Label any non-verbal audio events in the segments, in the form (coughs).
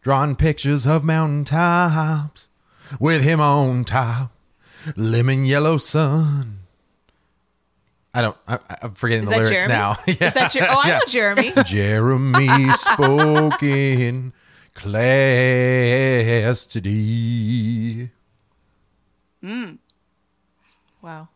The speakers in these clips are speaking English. drawn pictures of mountain tops with him on top, lemon yellow sun. I don't. I, I'm forgetting Is the that lyrics Jeremy? now. (laughs) yeah. Is that your? Oh, I know (laughs) Jeremy. (laughs) Jeremy spoke in class today. Wow.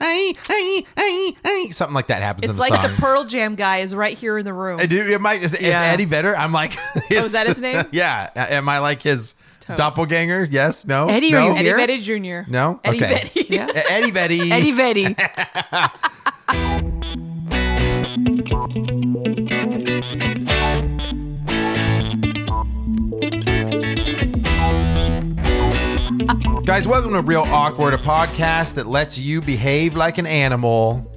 Hey, hey, hey, hey. Something like that happens in It's the like song. the Pearl Jam guy is right here in the room. I do. It might. Is, is Yeah. Eddie Vedder? I'm like. Oh, is that his name? (laughs) Yeah. A- Am I like his doppelganger? Yes. No. Eddie, No. are you Eddie here? Vedder Jr. No? Eddie Okay. (laughs) Vedder. (laughs) Yeah. E- Eddie Vedder. Eddie (laughs) Veddy. Guys, welcome to Real Awkward, a podcast that lets you behave like an animal.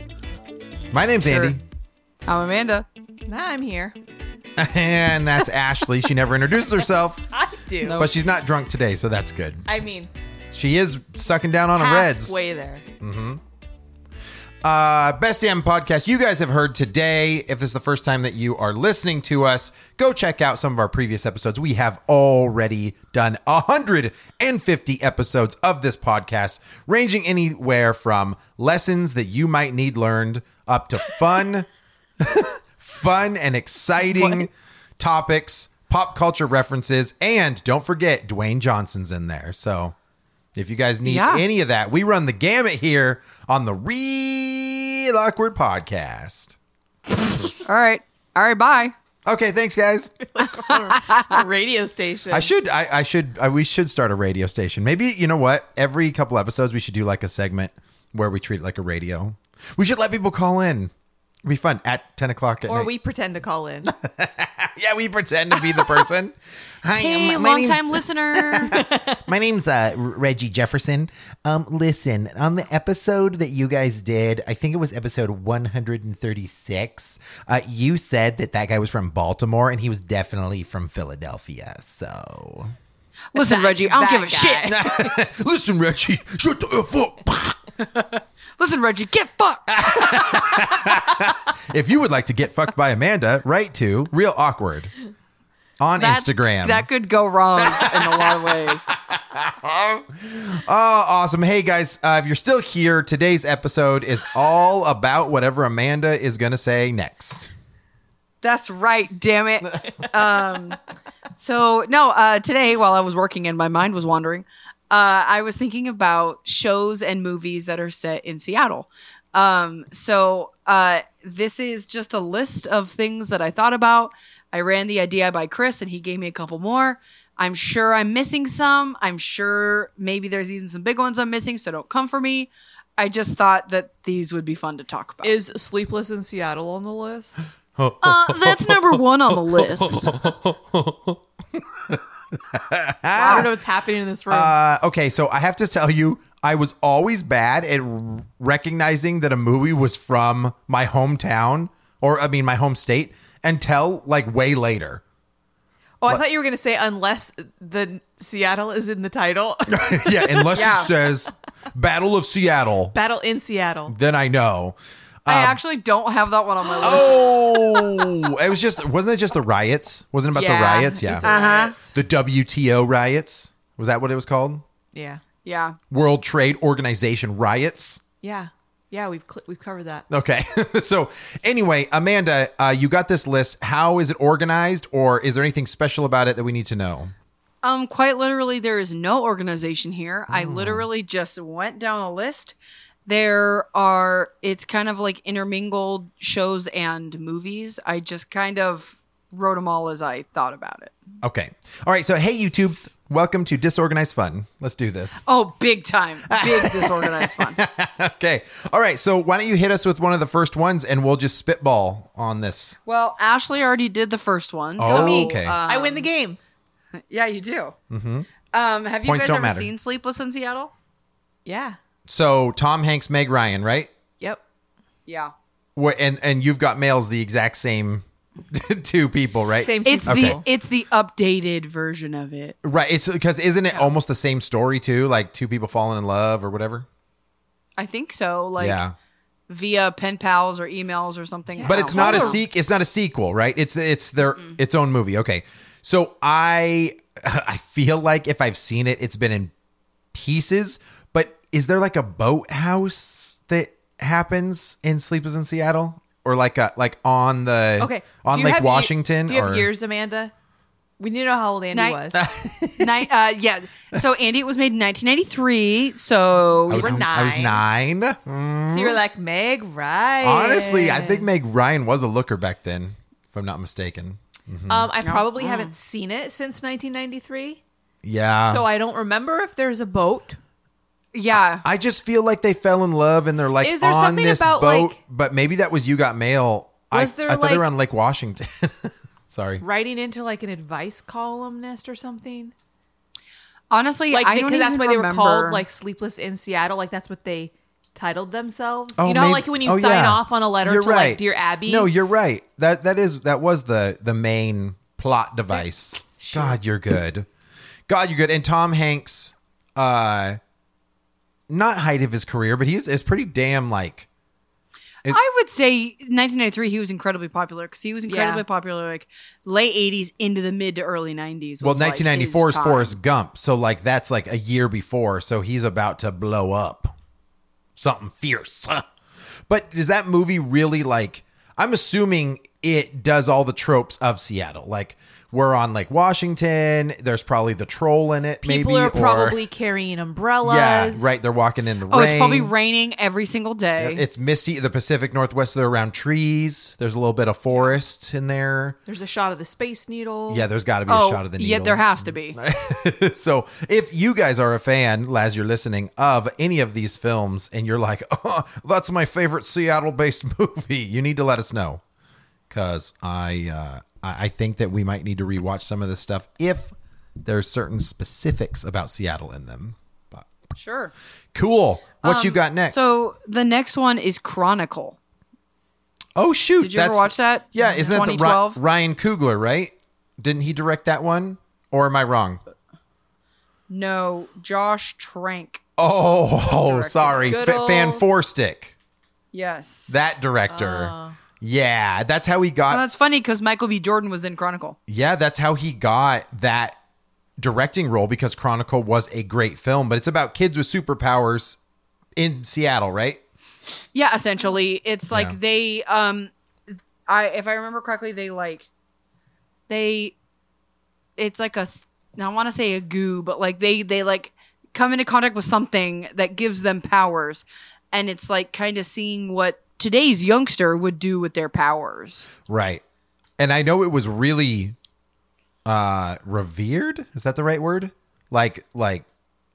My name's Andy, (laughs) I'm Amanda. Now I'm here. and that's Ashley. She never introduced herself, I do. but she's not drunk today, so that's good. I mean, She is sucking down on a Reds. halfway there. Uh, best damn podcast you guys have heard today. If this is the first time that you are listening to us, go check out some of our previous episodes. We have already done 150 episodes of this podcast, ranging anywhere from lessons that you might need learned up to fun, (laughs) fun and exciting topics, pop culture references, and don't forget Dwayne Johnson's in there. So if you guys need Yeah. any of that, we run the gamut here on the Real Awkward Podcast. All right. All right. Bye. Okay, thanks guys. (laughs) A radio station. I should I, I should I, we should start a radio station. Maybe you know what? Every couple episodes we should do like a segment where we treat it like a radio. We should let people call in. It'd be fun at ten o'clock at or night. we pretend to (laughs) call in. yeah, we pretend to be the (laughs) person. Hi, um, my name's- (laughs) listener. My name's uh, Reggie Jefferson. Um, listen, on the episode that you guys did, I think it was episode 136, uh, you said that that guy was from Baltimore and he was definitely from Philadelphia. So. Listen, Reggie, I don't give a That (laughs) shit. guy. listen, Reggie, shut the F up. Listen, Reggie, get fucked. if you would like to get fucked by Amanda, write to Real Awkward on That's- Instagram. That could go wrong in a lot of ways. Oh, Awesome. Hey guys, uh, if you're still here, today's episode is all about whatever Amanda is going to say next. That's right, damn it. Um, so, no, uh, today while I was working and my mind was wandering, uh, I was thinking about shows and movies that are set in Seattle. Um, so, uh, this is just a list of things that I thought about. I ran the idea by Chris and he gave me a couple more. I'm sure I'm missing some. I'm sure maybe there's even some big ones I'm missing, so don't come for me. I just thought that these would be fun to talk about. Is Sleepless in Seattle on (laughs) the list? Uh, that's number one on the list. I don't know what's happening in this room. Uh, okay, so I have to tell you, I was always bad at r- recognizing that a movie was from my hometown or, I mean, my home state until like way later. (laughs) oh, I thought you were going to say unless the Seattle is in (laughs) the title. (laughs) yeah, unless Yeah. it says Battle of Seattle, Battle in Seattle. then I know. I Um, actually don't have that one on my list. Oh, it was just, wasn't it just the riots? Wasn't it about Yeah, the riots? Yeah. it's the riots. the WTO riots. Was that what it was called? Yeah. Yeah. World Trade Organization riots. Yeah. Yeah, we've cl- we've covered that. Okay. (laughs) so, anyway, Amanda, uh, you got this list. How is it organized, or is there anything special about it that we need to know? Um, quite literally, there is no organization here. Hmm. I literally just went down a list. There are, it's kind of like intermingled shows and movies. I just kind of wrote them all as I thought about it. Okay. All right. So, hey, YouTube, welcome to Disorganized Fun. Let's do (laughs) this. Oh, big time. (laughs) Big disorganized fun. Okay. All right. So, why don't you hit us with one of the first ones and we'll just spitball on this? Well, Ashley already did the first one. Oh, so, uh, okay. I win the game. Yeah, you do. Mm-hmm. Um, have you Points guys don't ever matter. seen Sleepless in Seattle? Yeah. So, Tom Hanks, Meg Ryan, right? Yep. Yeah. Wha- And, and you've got males the exact same (laughs) two people, right? Same two It's people. the it's the updated version of it. Right. It's because isn't it almost the same story, too? Like two people falling in love or whatever? I think so. Like yeah. via pen pals or emails or something. I But don't it's know. not a Tell the- seek. It's not a sequel, right? It's it's their its own movie. Okay, So I (laughs) I feel like if I've seen it, it's been in pieces. But is there like a boathouse that happens in Sleepers in Seattle, or like a like on the (laughs) Okay. (laughs) on Do you Lake have ye- Washington? do you have or- years, Amanda? We need to know how old Andy Night- was. Ni- uh, yeah. So Andy, it was made in 1993. So I was, were I was nine. Mm. so you're like Meg Ryan. Honestly, I think Meg Ryan was a looker back then, if I'm not mistaken. Um, I probably haven't seen it since 1993, Yeah. so I don't remember if there's a boat. yeah. I just feel like they fell in love and they're like Is there on something this about, boat, like- but maybe that was you got mail. Was I, there, I thought they were like- on Lake Washington. (laughs) Sorry. Writing into like an advice columnist or something, Honestly, like I don't because that's even why they were remember. called like "Sleepless in Seattle." Like that's what they titled themselves. Oh, you know, how, maybe- like when you oh, sign yeah. off on a letter You're to right. like "Dear Abby." No, you're right. That that is that was the the main plot (laughs) device. God, you're good. God, you're good. And Tom Hanks, uh, not height of his career, but he's is pretty damn like I would say 1993. He was incredibly popular because he was incredibly popular like late 80s into the mid to early 90s. Well, was, like, his 1994 is time. Forrest Gump, so like that's like a year before, so he's about to blow up, something fierce. (laughs) But does that movie really like? I'm assuming it does all the tropes of Seattle. Like we're on Lake Washington. There's probably the troll in it. people maybe, are probably or, carrying yeah, umbrellas. right. They're walking in the Oh, rain. it's probably raining every single day. It's misty. The Pacific Northwest. They're around trees. There's a little bit of forest in there. There's a shot of the Space Needle. Yeah, there's got to be a oh, shot of the needle. yeah, there has (laughs) to be. So if you guys are a fan, as you're listening, of any of these films and you're like, (laughs) oh, that's my favorite Seattle based (laughs) movie, you need to let us know. Cause I uh I I think that we might need to rewatch some of this stuff if there's certain specifics about Seattle in them. But sure. cool. What you got next? Um, So the next one is Chronicle. oh shoot. Did you ever that's- watch that? Yeah, isn't that the Ry- 2012? Ryan Coogler, right? Didn't he direct that one? Or am I wrong? No, Josh Trank. Oh, sorry. Good Fa- fan old- four stick. Yes. That director. Yeah, that's how he got. and Oh. that's funny because Michael B. Jordan was in Chronicle. yeah, that's how he got that directing role because Chronicle was a great film, but it's about kids with superpowers in Seattle, right? Yeah, essentially, it's like Yeah. they um, I if I remember correctly, they like they, it's like a s- I want to say a goo, but like they they like come into contact with something that gives them powers, and it's like kind of seeing what today's youngster would do with their powers. Right. And I know it was really uh revered, is that the right word? Like like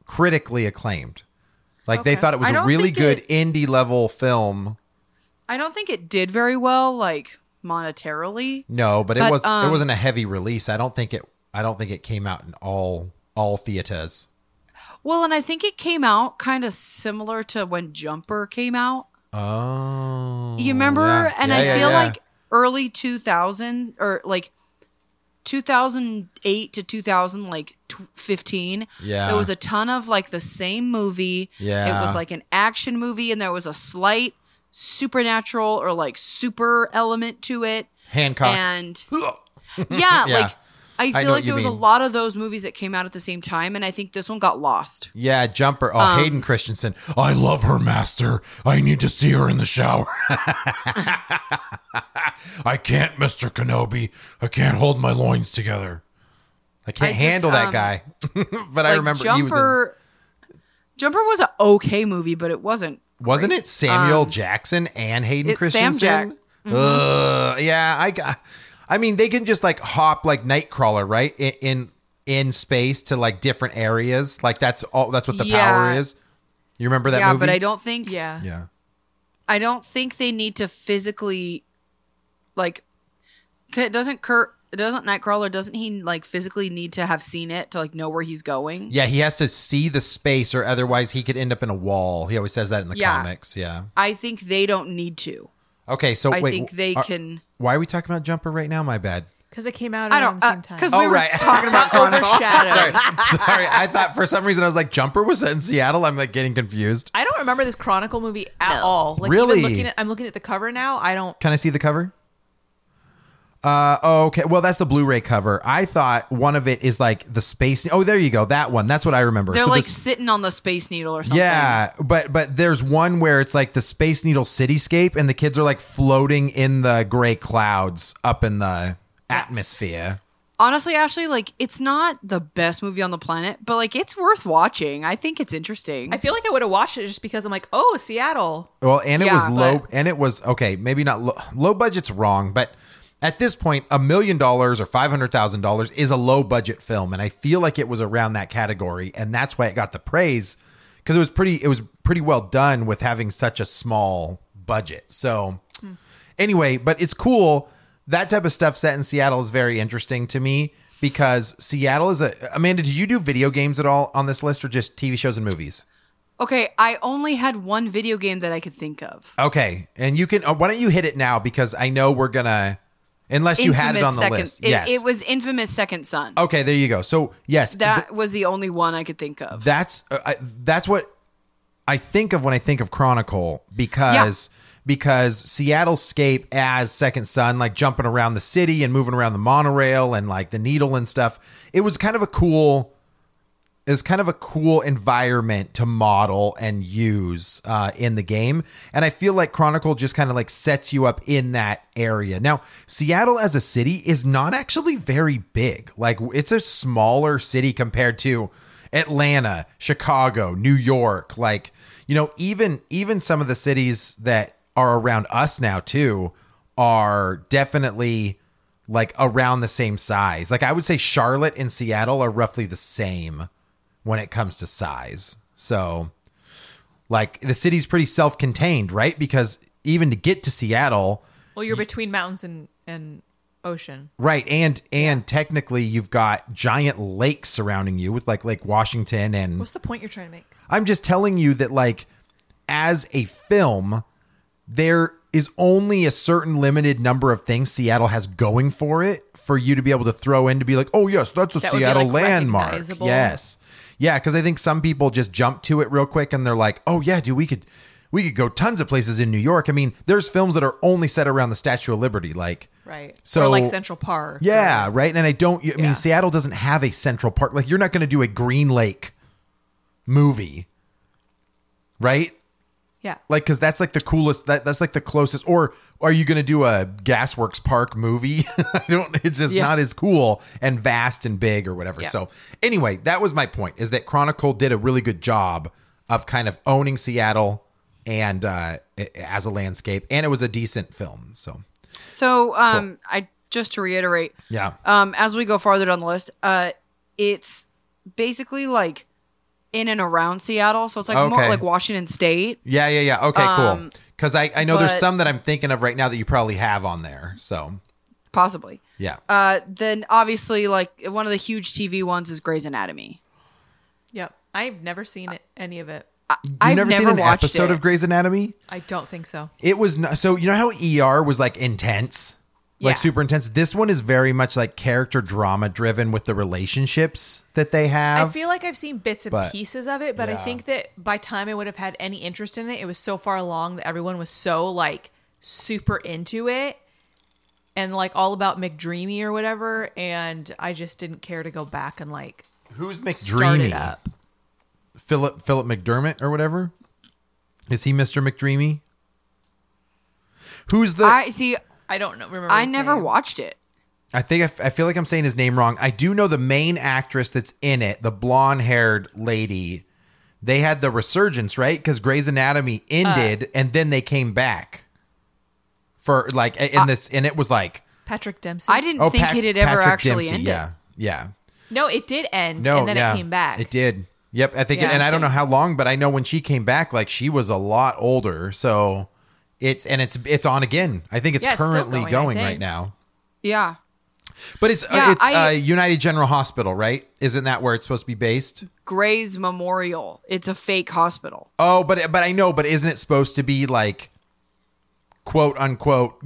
critically acclaimed. Like they Okay. thought it was I a don't really think good it- indie level film. I don't think it did very well, like monetarily. No, but it But, was it um, wasn't a heavy release. I don't think it I don't think it came out in all all theaters. Well, and I think it came out kind of similar to when Jumper came out. Oh. You remember? yeah. And Yeah, I yeah, feel yeah. like early 2000 or like 2008 to 2000 like tw- 15 Yeah. there was a ton of like the same movie Yeah. it was like an action movie and there was a slight supernatural or like super element to it Hancock. (laughs) and Yeah. yeah, like i feel know what like you there was a mean. lot of those movies that came out at the same time and i think this one got lost yeah, Jumper. Oh, Um, Hayden Christensen. I love her, Master. I need to see her in the shower. (laughs) I can't, Mr. Kenobi. I can't hold my loins together. I can't I just, handle that um, guy. (laughs) but I like remember jumper he was in. jumper was an okay movie but it wasn't Wasn't it Samuel Jackson and Hayden Um, It's Sam Christensen? Jack. Mm-hmm. Ugh, yeah, I got. I mean, they can just like hop like Nightcrawler, right? In in, in space to like different areas. Like that's all. That's what the power Yeah. is. You remember that yeah, movie? but I don't think Yeah. Yeah. I don't think they need to physically like c- doesn't Kurt doesn't Nightcrawler doesn't he like physically need to have seen it to like know where he's going? Yeah, he has to see the space, or otherwise he could end up in a wall. He always says that in the Yeah. comics. Yeah. I think they don't need to. Okay, so I wait, think wh- they are- can Why are we talking about Jumper right now? My bad. Because it came out I around don't the same time. because Oh, we were right. (laughs) talking about overshadowed. Sorry, sorry. I thought for some reason I was like Jumper was set in Seattle. I'm like getting confused. I don't remember this Chronicle movie at all. Like, even Really? looking at, I'm looking at the cover now. I don't. Can I see the cover? Uh, okay. Well, that's the Blu-ray cover. I thought one of it is like the space. Oh, there you go. That one. That's what I remember. They're So like this- sitting on the Space Needle or something. yeah, but but there's one where it's like the Space Needle cityscape, and the kids are like floating in the gray clouds up in the atmosphere. Honestly, Ashley, like it's not the best movie on the planet, but like it's worth watching. I think it's interesting. I feel like I would have watched it just because I'm like, oh, Seattle. Well, and it Yeah, was low, but- and it was okay. Maybe not low, low budget's wrong, but at this point, a million dollars or five hundred thousand dollars is a low budget film, and I feel like it was around that category, and that's why it got the praise because it was pretty. It was pretty well done with having such a small budget. So, anyway, but it's cool. That type of stuff set in Seattle is very interesting to me because Seattle is a. Amanda, do you do video games at all on this list, or just TV shows and movies? okay, I only had one video game that I could think of. Okay, and you can. Uh, why don't you hit it now? Because I know we're gonna, unless you had it on the second, list. It, yes. Oh, it was Infamous Second Son. okay, there you go. So yes, that th- was the only one I could think of. that's uh, I, that's what I think of when I think of Chronicle because because Seattle Scape as Second Son, like jumping around the city and moving around the monorail and like the needle and stuff. It was kind of a cool. It was kind of a cool environment to model and use uh, in the game, and I feel like Chronicle just kind of like sets you up in that area. Now, Seattle as a city is not actually very big; like it's a smaller city compared to Atlanta, Chicago, New York. Like you know, even even some of the cities that are around us now too are definitely like around the same size. Like I would say Charlotte and Seattle are roughly the same when it comes to size. So like the city's pretty self-contained, right? Because even to get to Seattle, Well, you're between mountains and and ocean. right, and and technically you've got giant lakes surrounding you with like Lake Washington and What's the point you're trying to make? I'm just telling you that like as a film, there is only a certain limited number of things Seattle has going for it for you to be able to throw in to be like, oh yes, that's a That would be, Seattle like, landmark. recognizable. Yes. Yeah, because I think some people just jump to it real quick and they're like, oh yeah, dude, we could we could go tons of places in New York. I mean, there's films that are only set around the Statue of Liberty, like Right. So or like Central Park. yeah, right. And I don't. I mean, Yeah. Seattle doesn't have a Central Park. Like, you're not going to do a Green Lake movie, right? Yeah. Like, because that's like the coolest. That that's like the closest. Or are you going to do a Gasworks Park movie? (laughs) I don't. It's just Yeah. not as cool and vast and big or whatever. Yeah. So anyway, that was my point. Is that Chronicle did a really good job of kind of owning Seattle and uh, a- as a landscape, and it was a decent film. So So, um, I just to reiterate, yeah, um, as we go farther down the list, uh, it's basically like in and around Seattle, so it's like more Okay. like Washington State. Yeah, yeah, yeah. Okay, cool. Because I, I know there's but- some that I'm thinking of right now that you probably have on there. So possibly. yeah, Uh, then obviously, like one of the huge TV ones is Grey's Anatomy. Yep. I've never seen it, any of it. you've I've never, seen never an watched episode it. of Grey's Anatomy. I don't think so. It was not, so you know how ER was like intense, like Yeah. super intense. This one is very much like character drama driven with the relationships that they have. I feel like I've seen bits and but- pieces of it, but I yeah. think that by time I would have had any interest in it, it was so far along that everyone was so like super into it and like all about McDreamy or whatever, and I just didn't care to go back and like who's start it McDreamy? up. Philip Philip McDermott or whatever. Is he Mr. McDreamy? Who's the? I, I see. I don't know, remember. I his never name. watched it. think I, f- I feel like I'm saying his name wrong. I do know the main actress that's in it, the blonde-haired lady. they had the resurgence, right? Because Grey's Anatomy Uh. ended, and then they came back for like in Uh, this, and it was like Patrick Dempsey. I didn't think Oh, Pat- it had ever Patrick actually Dempsey, ended. Yeah, yeah. No, it did end No, and then yeah, it came back. It did. Yep, I think, Yeah, it, and I don't know how interesting. long, but I know when she came back, like she was a lot older. So it's and it's it's on again. I think it's Yeah, it's still currently going, I going, think. right now. Yeah. But it's uh, Yeah, it's I- uh, United General Hospital, right? Isn't that where it's supposed to be based? Gray's Memorial. It's a fake hospital. Oh, but but I know, but isn't it supposed to be like quote unquote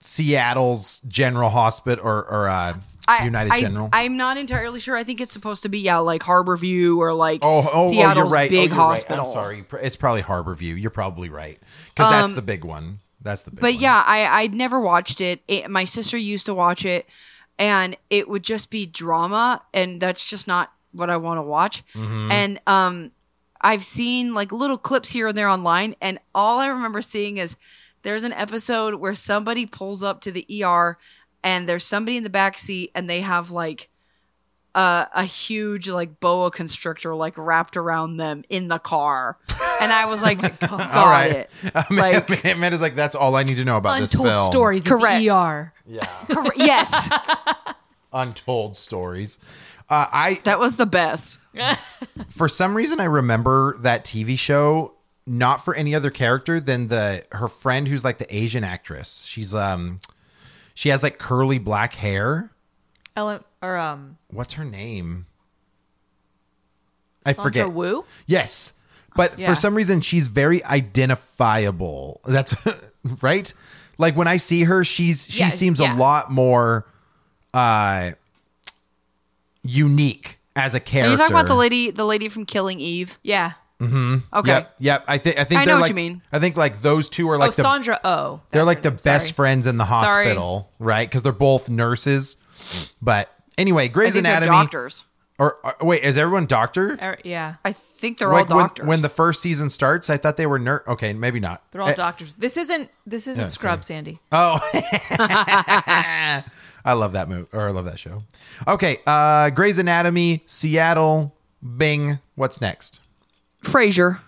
Seattle's General Hospital or or uh, I, United I, General? I'm not entirely sure. I think it's supposed to be yeah, like Harborview or like oh, oh, oh, Seattle's you're right. Oh, big you're right. hospital. I'm sorry. Pr- It's probably Harborview. You're probably right because that's the big one. That's the big Um, but one. yeah, I I'd never watched it. it. My sister used to watch it, and it would just be drama, and that's just not what I want to watch. Mm-hmm. And um, I've seen like little clips here and there online, and all I remember seeing is there's an episode where somebody pulls up to the ER, and there's somebody in the back seat, and they have like a, a huge like boa constrictor like wrapped around them in the car, and I was (laughs) like, got All right. it. (laughs) Like, like- Amanda's like, that's all I need to know about this Untold film. stories Correct. of ER. Correct. yes, (laughs) Untold stories. Uh, I that was the best. for some reason I remember that TV show not for any other character than the her friend who's like the Asian actress. She's um she has like curly black hair. Ellen or um What's her name? I Sandra forget. Wu. Yes. But Yeah. for some reason she's very identifiable. That's (laughs) right? Like when I see her, she's she Yeah, seems a yeah. lot more uh unique as a character. Are you talking about the lady, the lady from Killing Eve? Yeah. Okay, Yep, yep. I think I think I they're know what like, you mean. I think like those two are like oh, the Sandra Oh. they're like the best sorry. friends in the Sorry. hospital, right? Because they're both nurses. But anyway, I Grey's think they're Anatomy. doctors. Or, or- wait, is everyone doctor? Er, yeah. I think they're Like all when, doctors. when the first season starts, I thought they were nurse. Okay, maybe not. They're all Eh, Uh, doctors. This isn't this isn't Scrub Sandy. I love that movie, or I love that show. Okay, uh, Grey's Anatomy, Seattle, Bing. What's next? Frasier.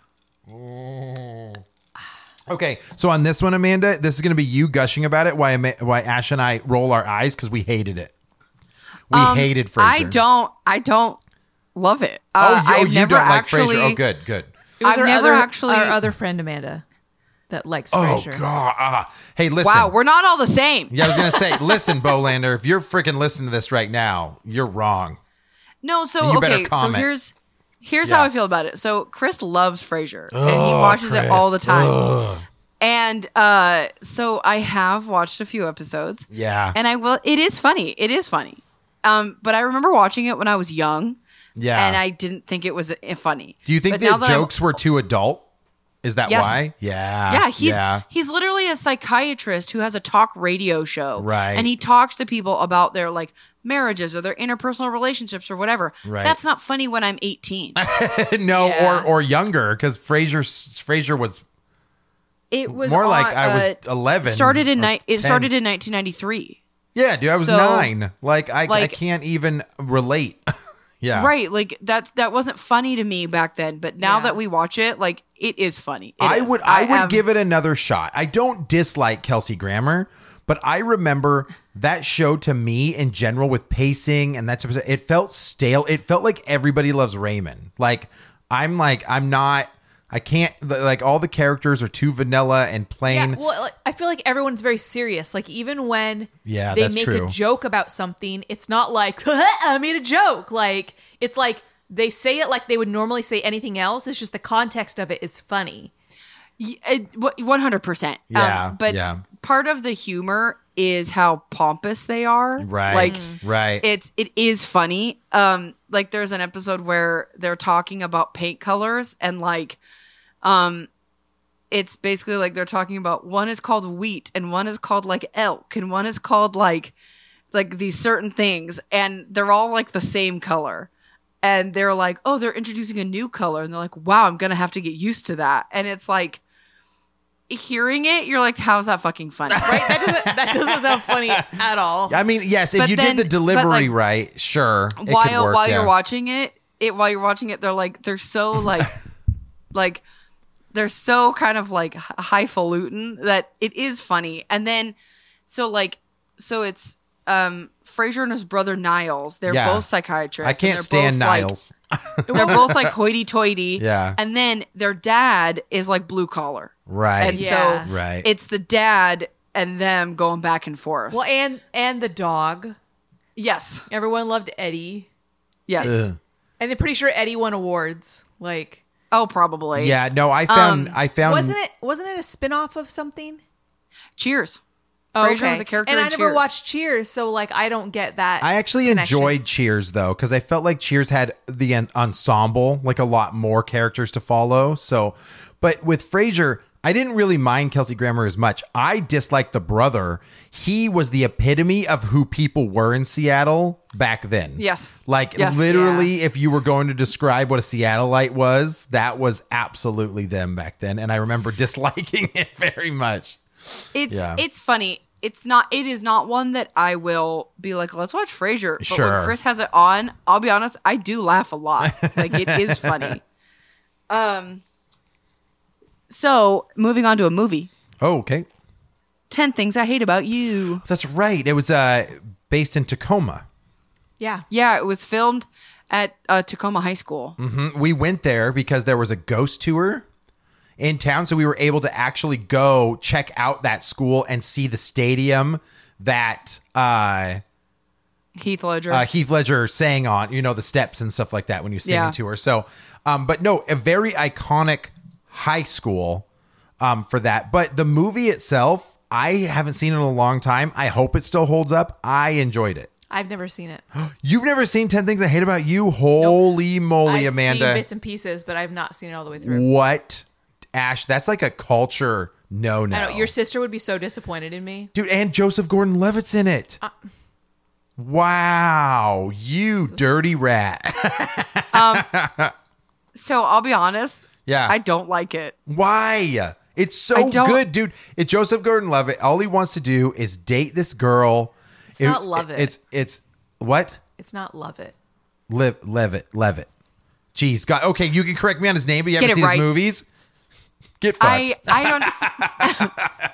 Okay, so on this one, Amanda, this is going to be you gushing about it. Why? Ama- Why Ash and I roll our eyes because we hated it. We hated Frasier. Um, I don't. I don't love it. Oh, yo, Uh, I've you never don't like actually. Frasier. Oh, good, good. It was I've our never other, actually- our other friend Amanda that likes Oh Frasier. god. Ah. Hey, listen. Wow, we're not all the same. yeah, I was gonna say, listen, Bolander, if you're freaking listening to this right now, you're wrong. No, so You better okay. So comment. here's here's Yeah. Oh, how I feel about it. So Chris loves Frasier and he watches it all the Chris. time. And uh, so I have watched a few episodes. Yeah. and I will. It is funny. It is funny. Um, but I remember watching it when I was young. Yeah. and I didn't think it was uh, funny. Do you think But now the that I'm- jokes were too adult? Is that Yes. why? Yeah. Yeah, he's yeah. (laughs) he's literally a psychiatrist who has a talk radio show. Right. And he talks to people about their like marriages or their interpersonal relationships or whatever. Right. That's not funny when I'm 18. (laughs) no, Yeah. or or younger, because Frasier Frasier was It was more like on, I was uh, eleven. started in or ni- 10. it started in 1993. Yeah, dude, I was So, nine. Like I, I like- can't even relate. (laughs) yeah. Right, like that's that wasn't funny to me back then, but now Yeah. that we watch it, like it is funny. It I is. would I, would am- give it another shot. I don't dislike Kelsey Grammer, but I remember that show to me in general with pacing and that type of it felt stale. It felt like everybody loves Raymond. Like I'm like I'm not I can't like all the characters are too vanilla and plain. Yeah, well, like, I feel like everyone's very serious. Like even when Yeah, they that's make true. a joke about something, it's not like (laughs) I made a joke. Like it's like they say it like they would normally say anything else. It's just the context of it is funny. Y- it- wh- 100%. Um, Yeah, but yeah. part of the humor is how pompous they are. right. Like right. it's it is funny. Um like there's an episode where they're talking about paint colors and like um it's basically like they're talking about one is called wheat and one is called like elk and one is called like like these certain things and they're all like the same color. And they're like, "Oh, they're introducing a new color." And they're like, "Wow, I'm going to have to get used to that." And it's like hearing it, you're like, "How's that fucking funny?" Right? That doesn't (laughs) that doesn't sound funny at all. I mean, yes, if but you then- did the but, delivery like, right, sure. it could while work, while yeah. you're watching it, it while you're watching it, they're like they're (laughs) so like like they're so kind of like h- highfalutin that it is funny. And then so like so it's um Fraser and his brother Niles. They're Yeah. both psychiatrists. I and can't they're stand both, like- Niles. (laughs) they're (laughs) both like hoity-toity. Yeah. And then their dad is like blue collar, right. and Yeah. so Right. it's the dad and them going back and forth. Well, and and the dog. Yes, Everyone loved Eddie, yes. Ugh. and I'm pretty sure Eddie won awards. Like Oh, probably. yeah, no, I found I found Um, wasn't it wasn't it a spin off of something? Cheers. Oh, Frasier was a character and in I never Cheers. watched Cheers, so like I don't get that. I actually connection. enjoyed Cheers though, because I felt like Cheers had the en- ensemble, like a lot more characters to follow. So, but with Frasier, I didn't really mind Kelsey Grammer as much. I disliked the brother. He was the epitome of who people were in Seattle back then. Yes. Like Yes. literally, if you were going to describe what a Seattleite was, that was absolutely them back then. And I remember (laughs) disliking it very much. It's Yeah. it's funny. It's not. It is not one that I will be like, let's watch Frasier. But Sure. when Chris has it on, I'll be honest, I do laugh (laughs) a lot. Like it is funny. Um. So moving on to a movie, Oh, okay. Ten Things I Hate About You. That's right. It was uh, based in Tacoma. Yeah. Yeah, it was filmed at uh, Tacoma High School. we went there because there was a ghost tour in town so we were able to actually go check out that school and see the stadium that uh, Heath Ledger. uh Heath Ledger sang on you know the steps and stuff like that when you sing Yeah. to her so um but no a very iconic high school um for that but the movie itself I haven't seen it in a long time I hope it still holds up I enjoyed it I've never seen it. You've never seen 10 Things I Hate About You holy moly I've Amanda seen bits and pieces, but I've not seen it all the way through. What, Ash? That's like a culture no I no. don't, your sister would be so disappointed in me. Dude, and Joseph Gordon Levitt's in it. wow, you dirty rat. so I'll be honest. Yeah. I don't like it. Why? It's so I don't- good, dude. It's Joseph Gordon Levitt. All he wants to do is date this girl. It's not Levitt. It's it's what? It's not love it. Liv, Levitt. Levitt. Jeez, God. Okay, you can correct me on his name, but you Get haven't it seen right. his movies. Get fucked. I I don't. (laughs)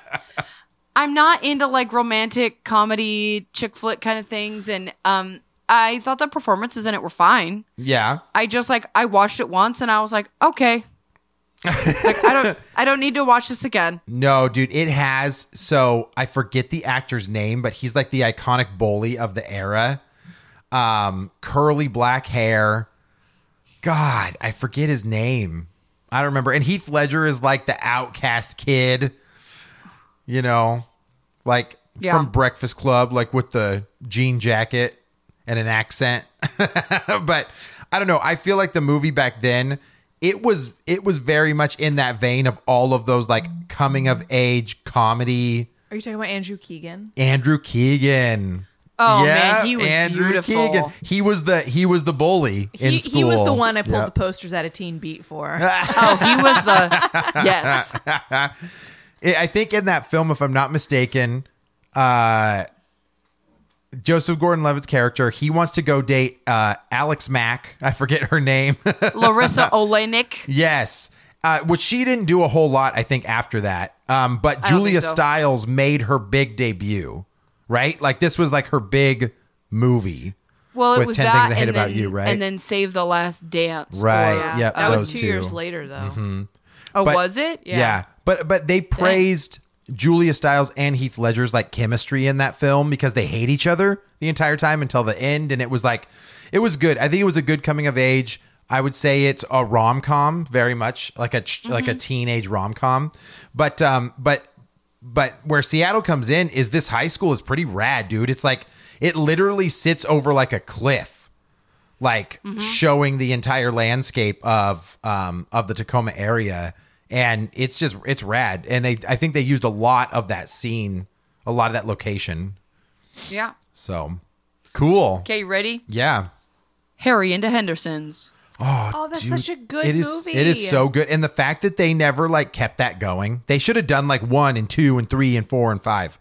I'm not into like romantic comedy chick flick kind of things, and um, I thought the performances in it were fine. yeah. I just like I watched it once, and I was like, okay, like I don't I don't need to watch this again. No, dude, it has. So I forget the actor's name, but he's like the iconic bully of the era. Um, curly black hair. God, I forget his name. I don't remember. And Heath Ledger is like the outcast kid, you know, like Yeah. from Breakfast Club, like with the jean jacket and an accent. (laughs) but I don't know. I feel like the movie back then, it was it was very much in that vein of all of those like coming of age comedy. Are you talking about Andrew Keegan? Andrew Keegan. Oh, man, he was beautiful. He was the he was the bully in He, school. he was the one I pulled Yep. the posters at a teen (laughs) beat for. Oh, he was the yes. I I think in that film, if I'm not mistaken, uh, Joseph Gordon-Levitt's character he wants to go date uh, Alex Mack. I forget her name. (laughs) Larissa Olenik. yes, uh, which she didn't do a whole lot. I think after that, um, but don't Julia think so. Stiles made her big debut. Right, like this was like her big movie. Well, it With was 10 that, Things I Hate and About then- You, right? And then Save the Last Dance, Right, Or, yep, that was those two, two. years later, though. Mm-hmm. oh, but- was it? Yeah. Yeah. But but they praised Julia Stiles and Heath Ledger's like chemistry in that film because they hate each other the entire time until the end and it was like it was good. I think it was a good coming of age. I would say it's a rom-com very much like a ch like a teenage rom-com. But um but but where Seattle comes in is this high school is pretty rad, dude. It's like it literally sits over like a cliff like Mm-hmm. showing the entire landscape of um of the Tacoma area and it's just it's rad and they I think they used a lot of that scene a lot of that location Yeah. so cool Okay, you ready? yeah Harry into Henderson's. Oh, that's Dude, such a good it is movie. it is so good and the fact that they never like kept that going they should have done like 1 and 2 and 3 and 4 and 5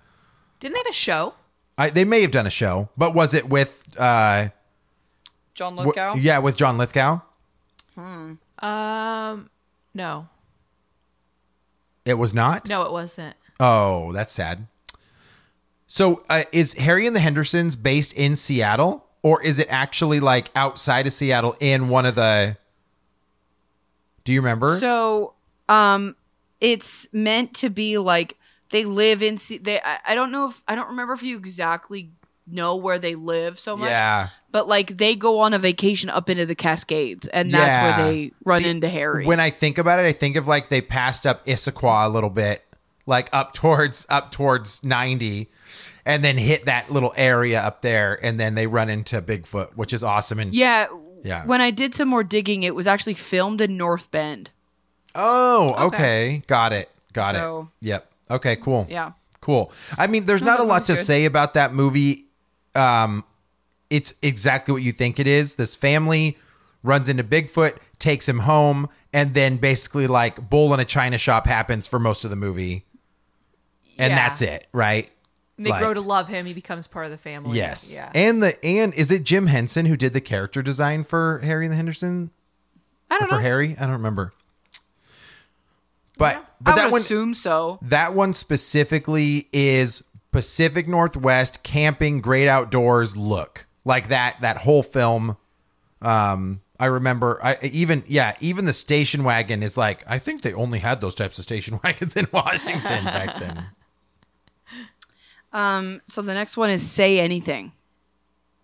Didn't they have a show? I, they may have done a show but was it with uh John w- Lithgow. yeah with John Lithgow No, it was not no, it wasn't. Oh, that's sad. So, uh, is Harry and the Hendersons based in Seattle, or is it actually like outside of Seattle in one of the? Do you remember? So, um, it's meant to be like they live in. Se- They I, I don't know if I don't remember if you exactly know where they live so much. yeah, But like they go on a vacation up into the Cascades, and that's Yeah. where they run See, into Harry. When I think about it, I think of like they passed up Issaquah a little bit, like up towards up towards ninety, and then hit that little area up there, and then they run into Bigfoot, which is awesome. And yeah. Yeah. When I did some more digging, it was actually filmed in North Bend. oh, okay, Okay. got it. Got So- it. Yep. Okay, cool. Yeah. Cool. I mean, there's not a lot to good. say about that movie. Um, it's exactly what you think it is. This family runs into Bigfoot, takes him home, and then basically like bull in a china shop happens for most of the movie. And Yeah. that's it, right? And they Like- grow to love him. He becomes part of the family. Yes. Yeah. And the and is it Jim Henson who did the character design for Harry and the Henderson? I Or don't for know. Harry? I don't remember. But but I that would one assume so. That one specifically is Pacific Northwest camping, great outdoors look. Like that that whole film. Um I remember I even yeah, even the station wagon is like I think they only had those types of station (laughs) wagons in Washington back (laughs) then. Um, so the next one is say anything.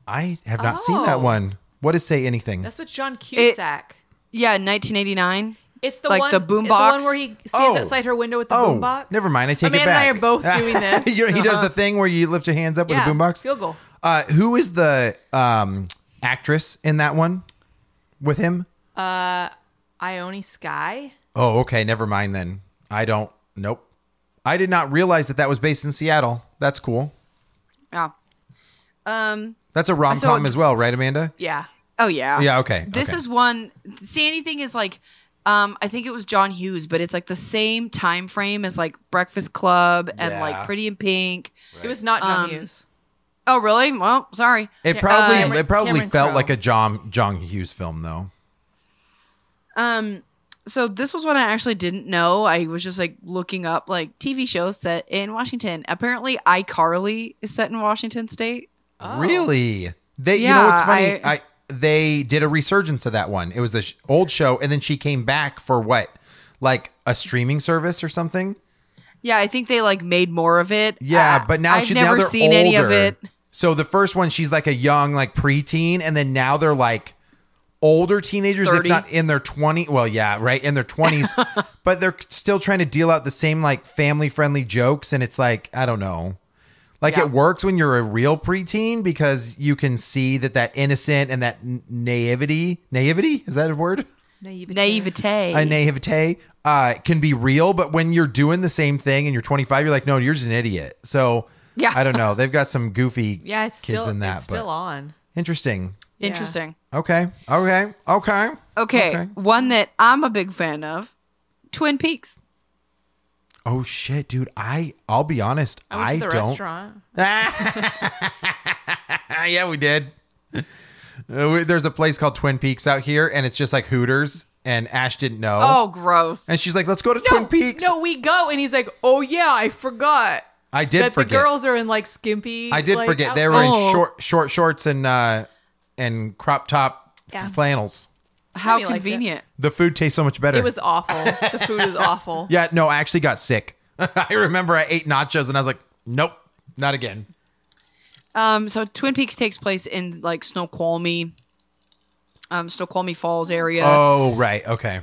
I have not seen that Oh. one. What is say anything? That's with John Cusack. Yeah, 1989. it's the like one the it's the boombox? one where he stands Oh. outside her window with the oh, boombox. never mind. I take Amanda it back. and I are both (laughs) doing this. Uh-huh. You know, he does the thing where you lift your hands up with Yeah, a boombox. field goal. Uh, who is the um, actress in that one with him? Ione Sky. Oh, okay. Never mind then. I don't. Nope. I did not realize that that was based in Seattle. That's cool. Yeah. Um. That's a rom saw com a- as well, right, Amanda? Yeah. Oh yeah. Yeah. Okay. This okay. is one. Say anything is like, um, I think it was John Hughes, but it's like the same time frame as like Breakfast Club and Yeah. like Pretty in Pink. It was not Um, John Hughes. Oh really? Well, sorry. It probably Cameron- it probably Cameron felt Crowe. like a John John Hughes film though. Um, so this was one I actually didn't know. I was just like looking up like TV shows set in Washington. Apparently, iCarly is set in Washington State. Really? They you know what's Yeah, funny? I, I- they did a resurgence of that one. It was the sh- old show and then she came back for what? Like a streaming service or something? Yeah, I think they like made more of it. Yeah, Uh, but now I've she's never now they're seen older. any of it. So the first one, she's like a young, like preteen, and then now they're like older teenagers, 30. if not in their twenty. Well, yeah, right, in their (laughs) twenties, but they're still trying to deal out the same like family friendly jokes, and it's like I don't know. Like Yeah. it works when you're a real preteen because you can see that that innocent and that n- naivety, naivety is that a word? Naivete. Naivete. a naivete uh, can be real, but when you're doing the same thing and you're 25, you're like, no, you're just an idiot. So Yeah. I don't know. They've got some goofy (laughs) Yeah, it's kids still in that. it's but still on. interesting. Interesting. Okay. Okay. Okay. Okay, Okay. one that I'm a big fan of, Twin Peaks. Oh shit, dude. I I'll be honest. I went I to the don't. restaurant. Ah, yeah, we did. (laughs) Uh, we- There's a place called Twin Peaks out here, and it's just like Hooters. And Ash didn't know. Oh, gross. And she's like, "Let's go to Twin Peaks." No, we go, and he's like, "Oh yeah, I forgot." I did that forget. the girls are in like skimpy. I did like, forget they out- were Oh. in short short shorts and uh and crop top Yeah. flannels. How Maybe liked it. convenient. The food tastes so much better. It was awful. The food (laughs) is awful. yeah, no, I actually got sick. (laughs) I remember I ate nachos and I was like, nope, not again. Um, so Twin Peaks takes place in like Snoqualmie, um, Snoqualmie Falls area. Uh, Oh right, okay.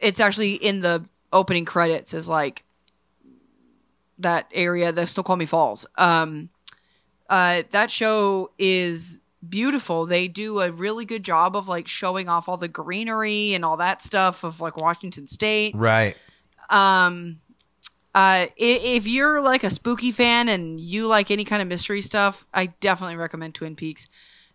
It's actually in the opening credits is like that area, the Snoqualmie Falls. Um, uh, that show is beautiful. They do a really good job of like showing off all the greenery and all that stuff of like Washington State. right. um uh i- if you're like a spooky fan and you like any kind of mystery stuff i definitely recommend twin peaks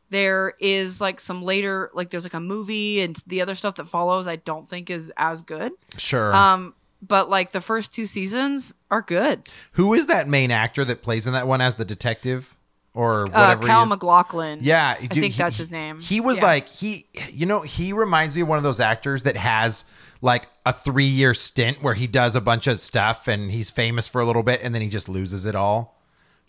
there is like some later like there's like a movie and the other stuff that follows i don't think is as good Sure. um but like the first two seasons are good Who is that main actor that plays in that one as the detective or uh whatever? he cal is? mclaughlin Yeah, i dude, think he- that's his name He was Yeah. like he, you know, he reminds me of one of those actors that has like a three-year stint where he does a bunch of stuff and he's famous for a little bit and then he just loses it all.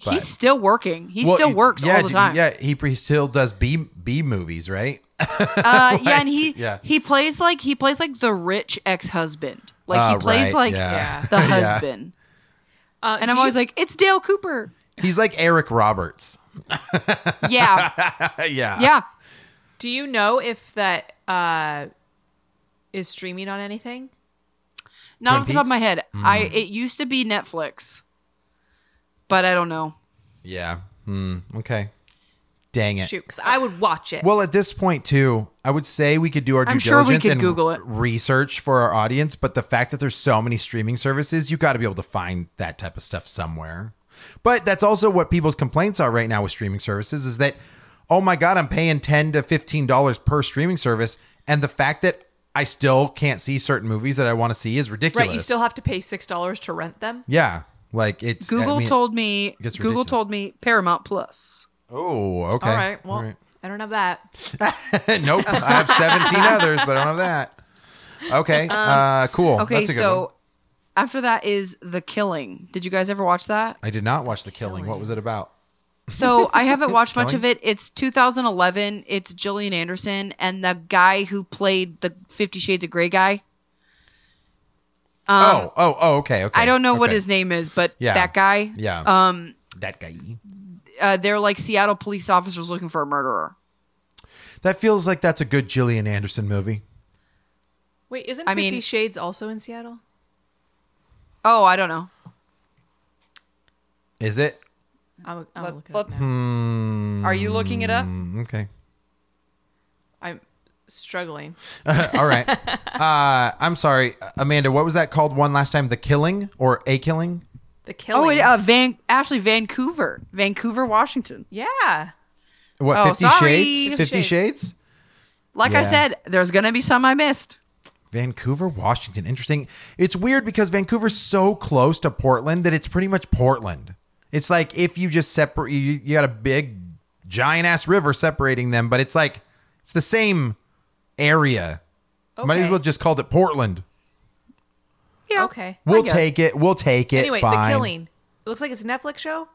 but- he's still working he Well, still you- works yeah, all the d- time Yeah, he, he still does B B movies, (laughs) right? Uh, yeah, and he yeah. he plays like he plays like the rich ex husband. Like Oh, he plays right, (laughs) like yeah. the Yeah. husband. Uh, And do I'm always you- like, it's Dale Cooper. He's like Eric Roberts. Uh, Yeah, yeah. yeah. do you know if that uh, is streaming on anything? Not Twin off the top Peaks? Hmm. of my head. I it used to be Netflix, but I don't know. Yeah. Hmm. Okay. Dang it. Shoot, 'cause I would watch it. Well, at this point too, I would say we could do our due I'm sure we diligence could and Google it. research for our audience, but the fact that there's so many streaming services, you got to be able to find that type of stuff somewhere. But that's also what people's complaints are right now with streaming services is that oh my god, I'm paying 10 to 15 dollars per streaming service and the fact that I still can't see certain movies that I want to see is ridiculous. right, you still have to pay six dollars to rent them. Yeah, like it's I Google mean- told me. gets Google ridiculous. told me Paramount Plus. Oh, okay. All right, well, I don't have that. (laughs) nope. I have 17 others, but I don't have that. (laughs) Okay. uh, cool. Um, Okay, That's a good so one. after that is The Killing. Did you guys ever watch that? I did not watch The Killing. What was it about? So I haven't watched (laughs) much of it. It's 2011. It's Gillian Anderson and the guy who played the Fifty Shades of Grey guy. oh, oh, oh, okay, okay. Um, I don't know what okay. his name is, but Yeah. that guy. Yeah. Um. That guy. Uh, they're like Seattle police officers looking for a murderer. That feels like that's a good Gillian Anderson movie. Wait, isn't I Fifty mean- Shades also in Seattle? Oh, I don't know. Is it? I'm, I'm Let- looking. let- Up Hmm. now. Are you looking it up? Mm, Okay. (laughs) I'm struggling. All (laughs) right. Uh, I'm sorry, Amanda. What was that called one last time? The Killing or A Killing? The Oh, killing. it, uh, Van actually Vancouver, Vancouver, Washington. yeah. What? Oh, Fifty sorry. Shades. Fifty Fifty Shades. Like Yeah. I said, there's gonna be some I missed. Vancouver, Washington. Interesting. It's weird because Vancouver's so close to Portland that it's pretty much Portland. It's like if you just separate, you, you got a big, giant ass river separating them, but it's like it's the same area. Might as Okay. well just called it Portland. Yeah. Okay. We'll I get it. take it. We'll take it. Anyway, Fine. the killing. It looks like it's a Netflix show.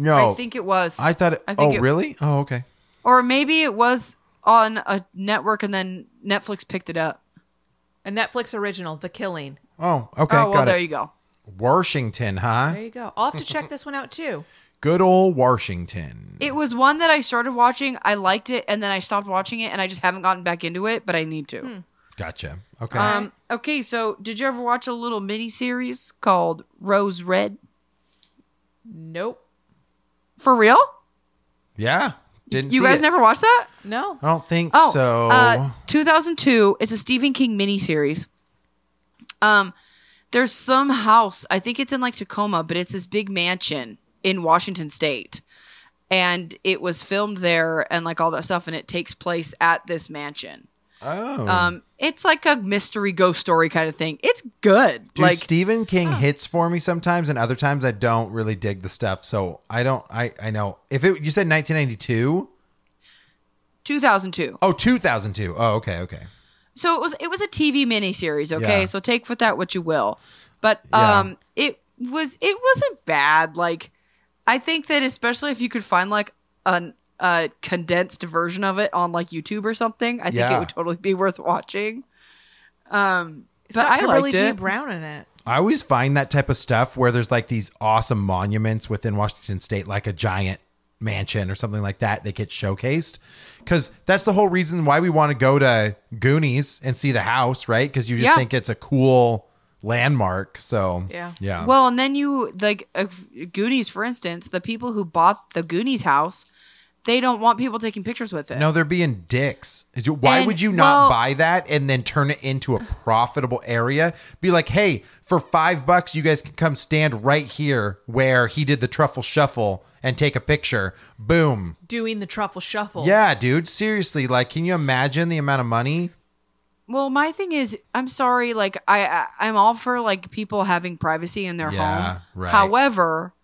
No, I think it was. Oh. I thought. It, I think oh, it- really? Oh, okay. or maybe it was on a network and then Netflix picked it up. A Netflix original, The Killing. Oh, okay. oh well, got there it. you go. Washington, huh? There you go. I'll have to check this one out too. Good old Washington. It was one that I started watching. I liked it, and then I stopped watching it, and I just haven't gotten back into it. But I need to. Gotcha. Okay. Hmm. Um. Okay. So, did you ever watch a little mini series called Rose Red? Nope. For real? yeah. Didn't You see guys it. never watched that? No. I don't think Oh, so. uh, 2002. It's a Stephen King miniseries. Um, there's some house. I think it's in like Tacoma, but it's this big mansion in Washington State, and it was filmed there and like all that stuff, and it takes place at this mansion. oh. Um, it's like a mystery ghost story kind of thing. It's good. Dude, like Stephen King hits for me sometimes, and other times I don't really dig the stuff. So I don't. I I know if it you said 1992. 2002. Oh, 2002. Oh, okay, okay. So it was it was a TV miniseries. Okay, Yeah. so take with that what you will. But Yeah. um, it was it wasn't bad. Like I think that especially if you could find like an a condensed version of it on like YouTube or something, I think Yeah. it would totally be worth watching. Um, It's but got I Kimberly liked G. it. Brown in it. I always find that type of stuff where there's like these awesome monuments within Washington state, like a giant mansion or something like that that gets showcased. Cause that's the whole reason why we want to go to Goonies and see the house, right? Cause you just Yeah. think it's a cool landmark. So, Yeah. Yeah. Well, and then you like uh, Goonies, for instance, the people who bought the Goonies house, they don't want people taking pictures with it. no, they're being dicks. Is you- Why And, would you not well- buy that and then turn it into a profitable area? Be like, hey, for five bucks, you guys can come stand right here where he did the truffle shuffle and take a picture. Boom. Doing the truffle shuffle. Yeah, dude. Seriously, like, can you imagine the amount of money? Well, my thing is, I'm sorry. Like, I, I I'm all for like people having privacy in their Yeah, home. right. However,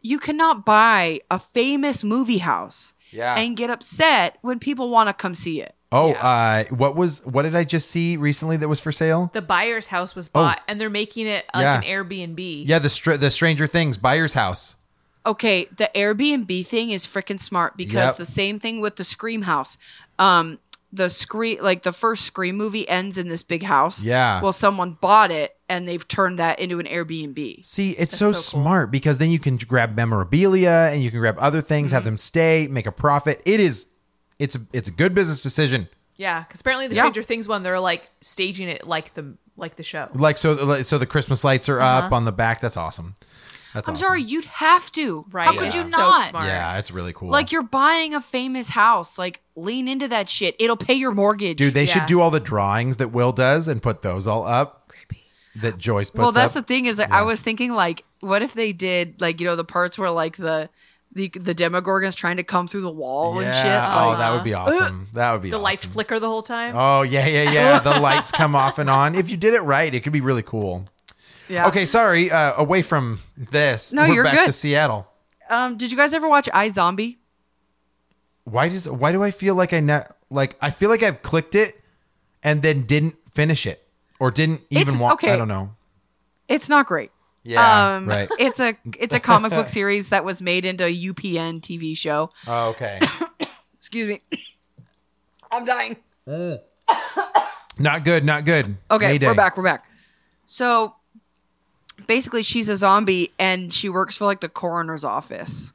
you cannot buy a famous movie house Yeah. and get upset when people want to come see it. Oh, uh, what was what did I just see recently that was for sale? The buyer's house was bought and they're making it like Oh. Yeah. an Airbnb. Yeah, the str- the Stranger Things buyer's house. Okay, the Airbnb thing is freaking smart because Yep. the same thing with the Scream house. Um, the scream like the first Scream movie ends in this big house. Yeah. Well, someone bought it and they've turned that into an Airbnb. See, it's so, so cool. smart because then you can grab memorabilia and you can grab other things, Mm-hmm. have them stay, make a profit. It is, it's it's a good business decision. Yeah. Because apparently the Yeah. Stranger Things one, they're like staging it like the like the show. Like so, so the Christmas lights are up on the back. That's awesome. That's Uh-huh. I'm awesome. sorry, you'd have to. Right. How could it's you so not? smart. Yeah, it's really cool. Like you're buying a famous house. Like lean into that shit. It'll pay your mortgage. dude, they should yeah. do all the drawings that Will does and put those all up. Creepy. That Joyce puts well, that's up. the thing is like, I was thinking like, what if they did like you know the parts where like the the the Demogorgon's trying to come through the wall yeah. and shit. Um, uh-huh. Like, Oh, that would be (laughs) awesome. That would be The awesome. lights flicker the whole time. Oh yeah, yeah, yeah. The lights come off and on. If you did it right, it could be really cool. yeah. Okay, sorry. Uh, away from this, No, we're you're back good. to Seattle. Um, did you guys ever watch I Zombie? Why does why do I feel like I not like I feel like I've clicked it and then didn't finish it or didn't even It's- watch? I okay. don't know. It's not great. Yeah, um, (laughs) right. It's a it's a (laughs) comic book series that was made into a UPN TV show. Oh, okay. Excuse me, I'm dying. (coughs) not good. Not good. Okay, Mayday. we're back. We're back. So basically, she's a zombie and she works for like the coroner's office,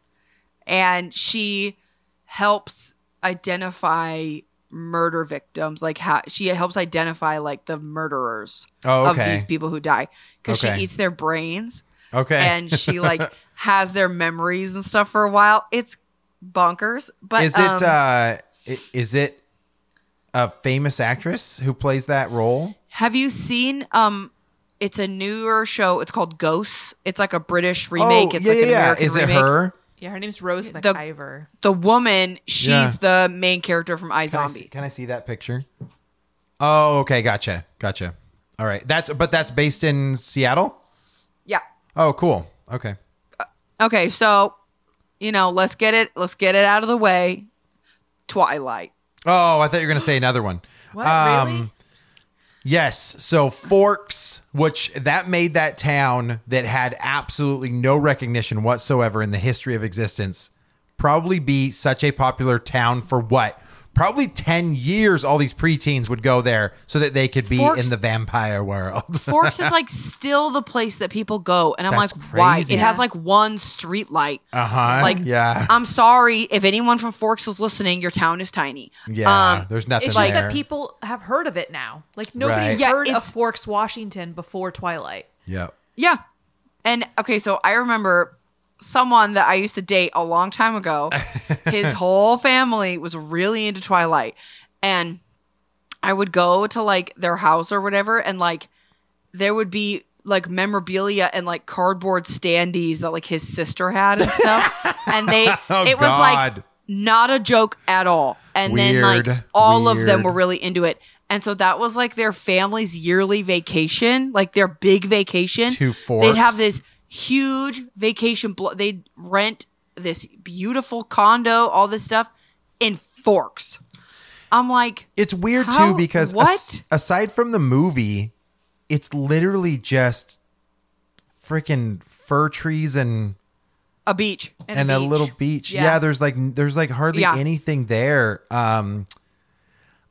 and she helps identify murder victims. Like how she helps identify like the murderers Oh, of okay. these people who die because Okay. she eats their brains. Okay. and (laughs) she like has their memories and stuff for a while. It's bonkers, but is it um, uh i- is it a famous actress who plays that role? have you seen? Um, it's a newer show. It's called Ghosts. It's like a British remake. Oh, it's like an American Is remake. it her? Yeah, her name's Rose The- McIver. The woman, she's Yeah. the main character from Can I, see, iZombie. can I see that picture? Oh, okay, gotcha, gotcha. All right, that's but that's based in Seattle. Yeah. Oh, cool. Okay, Okay, so you know, let's get it. Let's get it out of the way. Twilight. Oh, I thought you were going to say another one. What Um, really? Yes. So Forks, which that made that town that had absolutely no recognition whatsoever in the history of existence, probably be such a popular town for what? Probably 10 years all these preteens would go there so that they could be Forks- in the vampire world. (laughs) Forks is like still the place that people go, and I'm That's like, why? crazy. It has like one street light. Uh-huh. Like, um, yeah. I'm sorry if anyone from Forks is listening. Your town is tiny. yeah. Um, there's nothing It's just there. that people have heard of it now. Like nobody Right. Yeah, heard of it's- Forks, Washington before Twilight. yeah. Yeah. And okay, so I remember someone that I used to date a long (laughs) time ago. His whole family was really into Twilight. And I would go to like their house or whatever, and like there would be like memorabilia and like cardboard standees that like his sister had and (laughs) stuff. and they, Oh, it was God. like not a joke at all. And then Weird. like all of them Weird. were really into it. And so that was like their family's yearly vacation, like their big vacation. To They'd Forks. have this huge vacation. Blo- they'd rent this beautiful condo, all this stuff in Forks. I'm like, It's weird How- too because what? as- aside from the movie, it's literally just freaking fir trees and a beach. and, a, beach. little beach. Yeah. Yeah. there's like there's like hardly Yeah. anything there. Um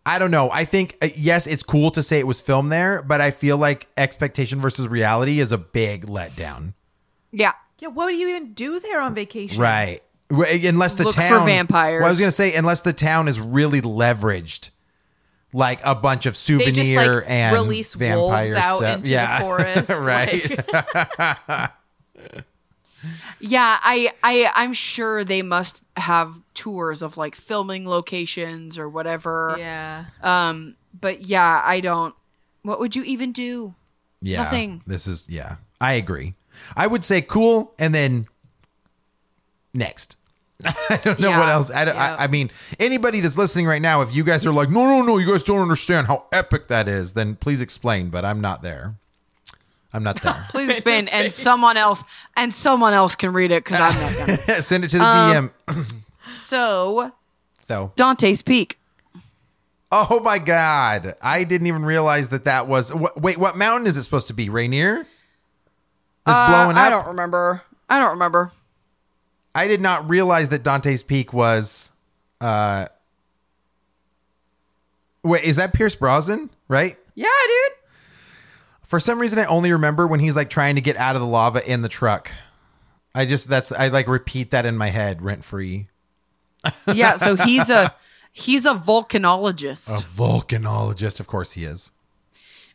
I don't know. I think uh, yes, it's cool to say it was filmed there, but I feel like expectation versus reality is a big letdown. Yeah. Yeah, what do you even do there on vacation? Right. W- Unless the Look for town vampires. Well, I was gonna say unless the town is really leveraged, like a bunch of They souvenir just like and release vampire wolves out stuff. into yeah. (laughs) the forest. right. Like, Yeah, I, I I'm sure they must have tours of like filming locations or whatever. yeah. Um, but yeah, I don't what would you even do? yeah. nothing. This is yeah. I agree. I would say cool, and then next. (laughs) I don't know Yeah. what else. I, don't- Yeah. I, I mean, anybody that's listening right now, if you guys are like, no, no, no, you guys don't understand how epic that is, then please explain. But I'm not there. I'm not there. (laughs) (laughs) Please explain and someone else and someone else can read it because I'm not gonna. Send it to the Um, DM so though. Dante's Peak. Oh my god! I didn't even realize that that was. Wh- wait, what mountain is it supposed to be? Rainier? That's Uh, blowing up. I don't remember. I don't remember. I did not realize that Dante's Peak was. Uh, wait, is that Pierce Brosnan? Right. Yeah, dude. For some reason, I only remember when he's like trying to get out of the lava in the truck. I just that's I like repeat that in my head rent free. Yeah, so he's a he's a volcanologist. A volcanologist, of course he is.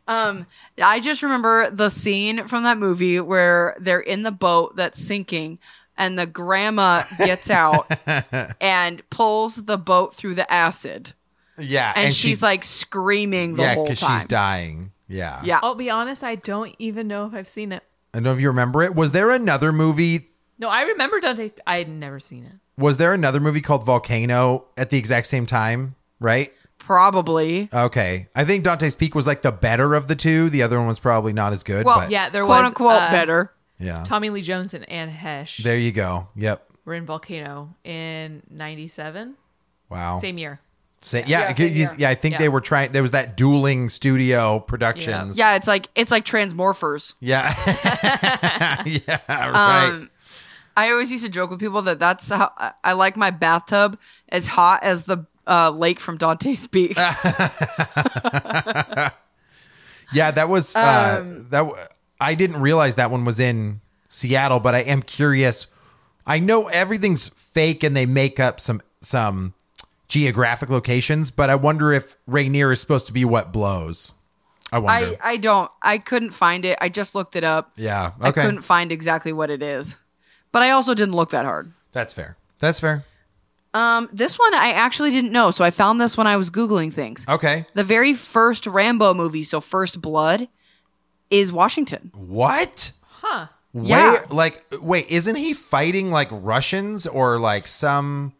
Um, I just remember the scene from that movie where they're in the boat that's sinking and the grandma gets out and pulls the boat through the acid. Yeah, And, she's, like screaming the yeah, whole time. she's dying. Yeah, Yeah. I'll be honest, I don't even know if I've seen it. I don't know if you remember it. Was there another movie? No, I remember Dante's. I had never seen it. Was there another movie called Volcano at the exact same time? Right. Probably. Okay. I think Dante's Peak was like the better of the two. The other one was probably not as good. Well, but Yeah, there quote was unquote uh, better. yeah. Tommy Lee Jones and Anne Hesh There you go. Yep. were in Volcano in '97, Wow. same year. Sa- yeah, Yeah, c- same he's- year. yeah, I think Yeah. they were trying. There was that dueling studio productions. Yeah, it's like it's like Transmorphers. yeah, (laughs) yeah, Um, right. I always used to joke with people that that's how I, I like my bathtub as hot as the uh, lake from Dante's (laughs) Peak. Ah, yeah, that was uh, um, that. W- I didn't realize that one was in Seattle, but I am curious. I know everything's fake, and they make up some some geographic locations, but I wonder if Rainier is supposed to be what blows. I wonder. I, I don't. I couldn't find it. I just looked it up. yeah. I Okay. couldn't find exactly what it is. But I also didn't look that hard. That's fair. That's fair. Um, this one I actually didn't know, so I found this when I was googling things. Okay. The very first Rambo movie, so First Blood, is Washington. What? Huh? Wait, Yeah. like wait, isn't he fighting like Russians or like some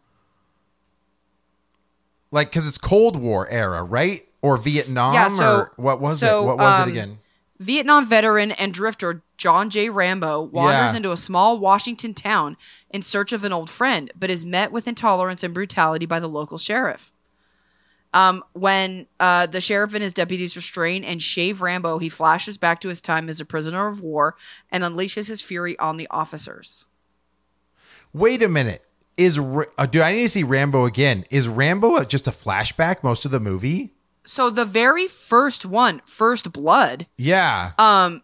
like because it's Cold War era, right? Or Vietnam Yeah, so- or what was so, it? What was um, it again? Vietnam veteran and drifter John J. Rambo wanders Yeah. into a small Washington town in search of an old friend, but is met with intolerance and brutality by the local sheriff. Um, when uh, the sheriff and his deputies restrain and shave Rambo, he flashes back to his time as a prisoner of war and unleashes his fury on the officers. Wait a minute. Is Ra- uh, do I need to see Rambo again? Is Rambo a- just a flashback most of the movie? So the very first one, First Blood, Yeah. Um,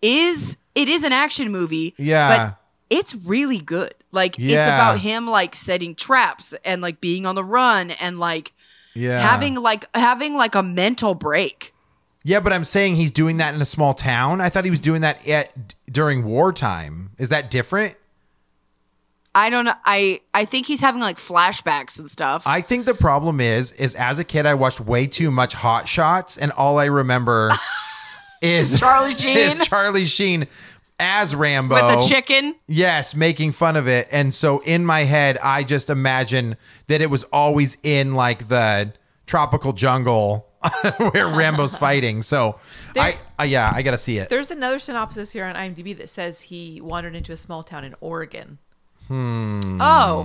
is it is an action movie. Yeah. But it's really good. Like it's Yeah. about him like setting traps and like being on the run and like yeah. having like having like a mental break. Yeah, but I'm saying he's doing that in a small town. I thought he was doing that at during wartime. Is that different? I don't know. I I think he's having like flashbacks and stuff. I think the problem is, is as a kid, I watched way too much Hot Shots, and all I remember (laughs) is Charlie Sheen? (laughs) is Charlie Sheen as Rambo with the chicken. Yes, making fun of it, and so in my head, I just imagine that it was always in like the tropical jungle (laughs) where Rambo's fighting. So, I, I yeah, I gotta see it. There's another synopsis here on IMDb that says he wandered into a small town in Oregon. Hmm. Oh.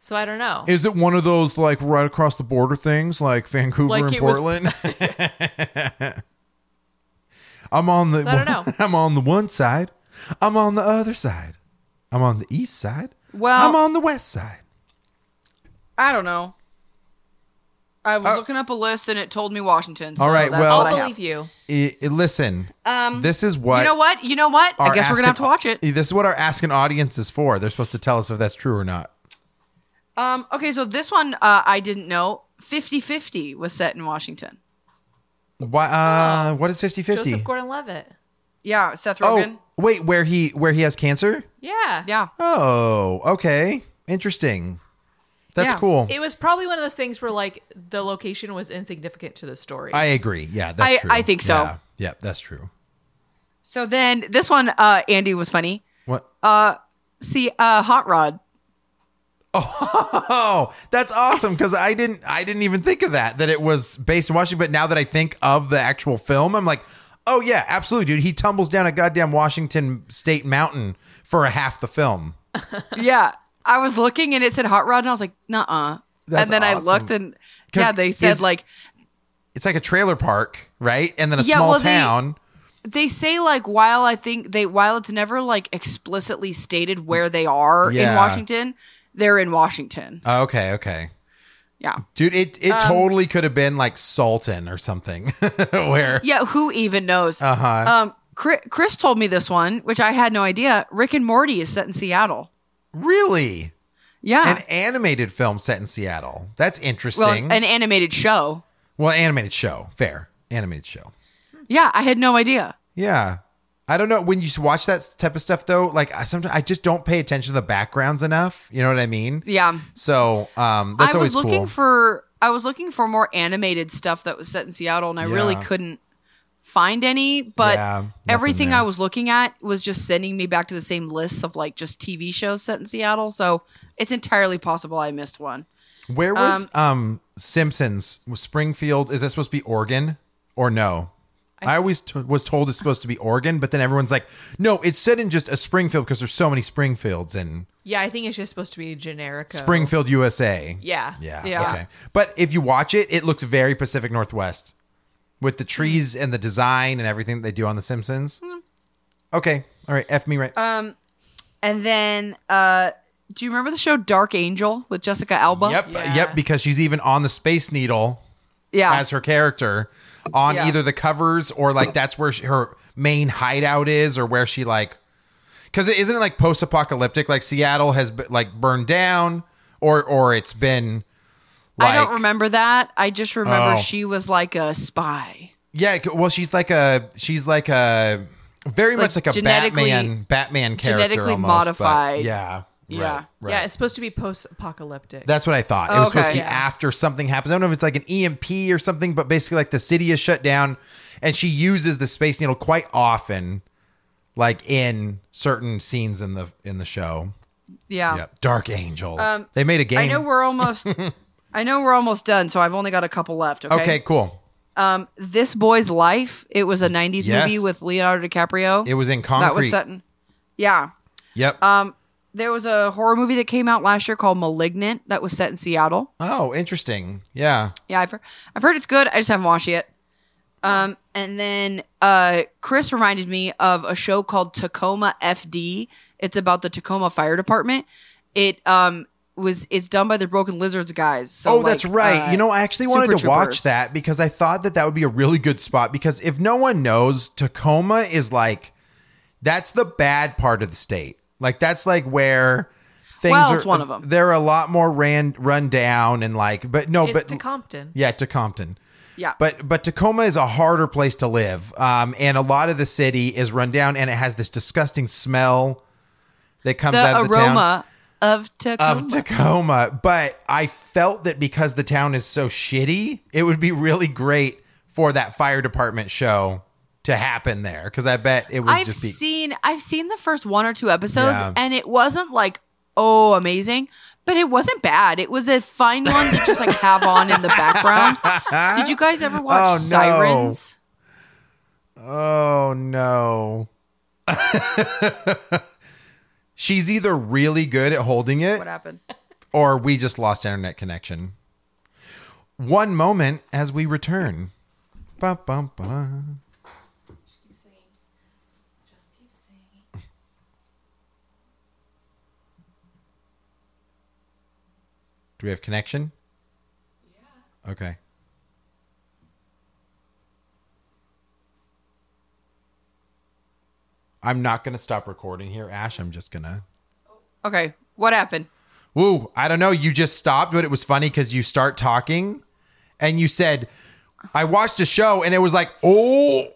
So I don't know. Is it one of those like right across the border things, like Vancouver Like and it was- Portland? (laughs) I'm on the. I don't know. (laughs) I'm on the one side. I'm on the other side. I'm on the east side. Well- I'm on the west side. I don't know. I was looking up a list and it told me Washington. So Uh, All right, that's well- I'll all I have. believe you. I- I- listen, um, this is what. You know what? You know what? I our guess we're gonna have to asking- watch it. This is what our asking audience is for. They're supposed to tell us if that's true or not. Um, okay, so this one uh, I didn't know. 50-50 was set in Washington. Why? Uh, what is 50 50? Joseph Gordon-Levitt. Yeah, Seth Rogen. Oh, wait, where he where he has cancer? Yeah. Yeah. Oh, okay, interesting. That's Yeah. cool. It was probably one of those things where like the location was insignificant to the story. I agree. Yeah, that's I- true. I think so. Yeah, Yeah, that's true. So then this one, uh, Andy was funny. What? See, uh, (laughs) Hot Rod. oh, that's awesome because I didn't. I didn't even think of that. That it was based in Washington. But now that I think of the actual film, I'm like, oh yeah, absolutely, dude. He tumbles down a goddamn Washington State mountain for a half the film. yeah. I was looking and it said Hot Rod and I was like, nuh uh. And That's then I awesome. looked and 'Cause yeah, they said is- like, It's like a trailer park, right? And then a Yeah, small well, they- town. they say like, while I think they, while it's never like explicitly stated where they are Yeah. in Washington, they're in Washington. Oh, okay, okay. Yeah. Dude, it, Um, it totally could have been like Salton or something. (laughs) Where Yeah. Who even knows? Uh huh. Uh-huh. Um, Chri- Chris told me this one, which I had no idea. Rick and Morty is set in Seattle. really Yeah. an animated film set in Seattle. That's well, interesting. an animated show. Well, animated show. Fair. Animated show. Yeah, I had no idea. Yeah. I don't know. When you watch that type of stuff, though, like I sometimes I just don't pay attention to the backgrounds enough. You know what I mean? Yeah. So um, that's I always was looking cool. for I was looking for more animated stuff that was set in Seattle, and I really Yeah. couldn't find any. But Yeah, nothing everything there. I was looking at was just sending me back to the same lists of like just TV shows set in Seattle. So it's entirely possible I missed one. Where was um, Simpsons? Was Springfield? Is that supposed to be Oregon or no? I, always t- was told it's supposed to be Oregon, but then everyone's like, "No, it's set in just a Springfield because there's so many Springfields in Yeah, I think it's just supposed to be generic. Springfield, USA." Yeah. Yeah. Oh. Yeah. Okay. But if you watch it, it looks very Pacific Northwest with the trees and the design and everything that they do on The Simpsons. Mm-hmm. Okay. All right. F me right. Oh. And then, uh, do you remember the show Dark Angel with Jessica Alba? yep. Yeah. Yep. Because she's even on the Space Needle Yeah. as her character on Yeah. either the covers or like that's where she, her main hideout is or where she like. Because isn't it like post apocalyptic? Like Seattle has been, like burned down or or it's been. Like, I don't remember that. I just Oh. remember she was like a spy. Yeah, c- well, she's like a she's like a very much like a genetically- Batman Batman character, genetically almost, but modified. Yeah, Yeah. right, right. Yeah, it's supposed to be post-apocalyptic. That's what I thought. It was supposed to Okay. be Yeah. after something happens. I don't know if it's like an EMP or something, but basically, like the city is shut down, and she uses the space needle quite often, like in certain scenes in the in the show. Yeah. Yep. Dark Angel. they made a game. Um, I know we're (laughs) almost. I know we're almost done, so I've only got a couple left. Okay. okay, cool. Um, this boy's life. It was a '90s Yes. movie with Leonardo DiCaprio. It was in concrete. that was Sutton. Yeah. Yep. Um, there was a horror movie that came out last year called *Malignant* that was set in Seattle. oh, interesting. Yeah. Yeah, I've heard, I've heard it's good. I just haven't watched it. Um, and then uh, Chris reminded me of a show called Tacoma FD. It's about the Tacoma Fire Department. It um was it's done by the Broken Lizards guys. So Oh, that's like, right. uh, you know, I actually Super wanted to watch Troopers. that because I thought that that would be a really good spot. Because if no one knows, Tacoma is like that's the bad part of the state. Like that's like where things Well, are. it's one of 'em. They're a lot more ran run down and like, but no, it's but to Compton. yeah, to Compton. Yeah. But but Tacoma is a harder place to live, um, and a lot of the city is run down, and it has this disgusting smell that comes the out of the town aroma of Tacoma. of Tacoma, but I felt that because the town is so shitty, it would be really great for that fire department show to happen there because I bet it was I've just be seen I've seen the first one or two episodes, Yeah. and it wasn't like oh amazing, but it wasn't bad. It was a fine one to just like have on in (laughs) the background. Did you guys ever watch Oh, no. Sirens? oh no. (laughs) She's either really good at holding it What happened? or we just lost internet connection. One moment as we return. Ba, ba, ba. Do we have connection? Yeah. Okay. I'm not going to stop recording here, Ash. I'm just going to. Okay, what happened? Woo, I don't know. You just stopped, but it was funny because you start talking and you said, I watched a show and it was like, oh.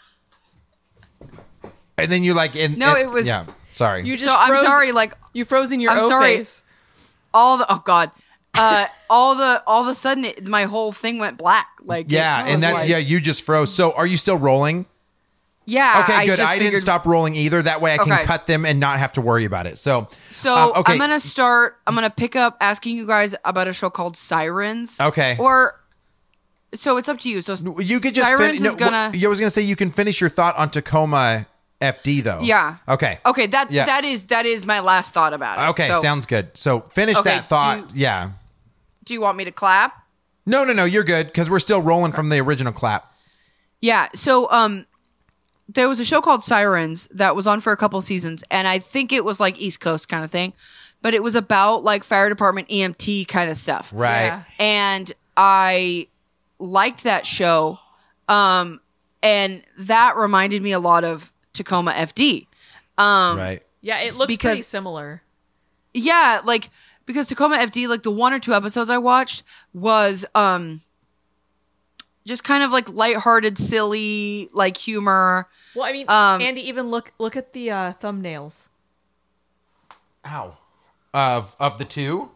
(laughs) and then you like, and, No, and- it was- Yeah, sorry. You just So I'm froze- sorry, like you froze in your I'm O sorry. face. all the oh god, uh, (laughs) all the all of a sudden it, my whole thing went black. Like yeah, it was and that's, like- yeah, you just froze. So are you still rolling? yeah. Okay, good. just I didn't figured- stop rolling either. That way I can Okay. cut them and not have to worry about it. So, So um, okay. I'm gonna start. I'm gonna pick up asking you guys about a show called Sirens. Okay. Or so it's up to you. So You could just Sirens fin- is gonna- I was going to say you can finish your thought on Tacoma FD though. Yeah. Okay. okay, that Yeah. that is that is my last thought about it. Okay, So, sounds good. So finish Okay, that thought. do- yeah. Do you want me to clap? No, no, no. You're good because we're still rolling from the original clap. Yeah. So um, there was a show called Sirens that was on for a couple seasons, and I think it was like East Coast kind of thing, but it was about like fire department E EMT kind of stuff. Right. Yeah. and I liked that show. Um, and that reminded me a lot of Tacoma FD. Um, right. Yeah, it looks because- pretty similar. Yeah, like because Tacoma FD, like the one or two episodes I watched was um just kind of like lighthearted, silly, like humor. Well, I mean, Um, Andy, even look look at the uh, thumbnails. Ow. Of of the two,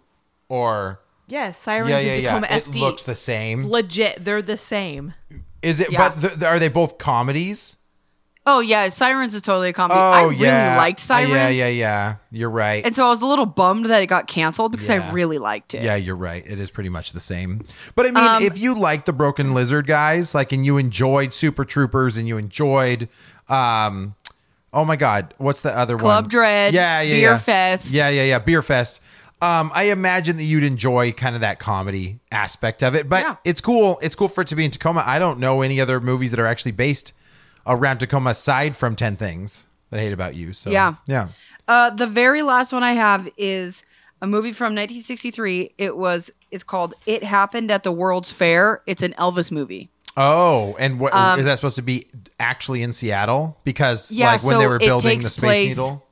or Yes, Sirens yeah, and yeah, yeah. Tacoma It FD. looks the same. legit. They're the same. Is it? Yeah. But th- th- are they both comedies? Oh yeah, Sirens is totally a comedy. Oh I really yeah. liked Uh, Sirens. Yeah, yeah, yeah. You're right. And so I was a little bummed that it got canceled because Yeah. I really liked it. Um, yeah, you're right. It is pretty much the same. But I mean, if you like the Broken Lizard guys, like, and you enjoyed Super Troopers, and you enjoyed, um, oh my God, what's the other one? Club Dread, Yeah, yeah, Beer yeah. Fest. Yeah, yeah, yeah. Beer Fest. Um, I imagine that you'd enjoy kind of that comedy aspect of it, but Yeah. it's cool. It's cool for it to be in Tacoma. I don't know any other movies that are actually based around Tacoma aside from Ten Things That I Hate About You. So Yeah. yeah. Uh, the very last one I have is a movie from 1963. It was it's called It Happened at the World's Fair. It's an Elvis movie. Oh, and what is that supposed to be actually in Seattle? Because Um, Yeah, like when they so were it building takes the Space place- Needle,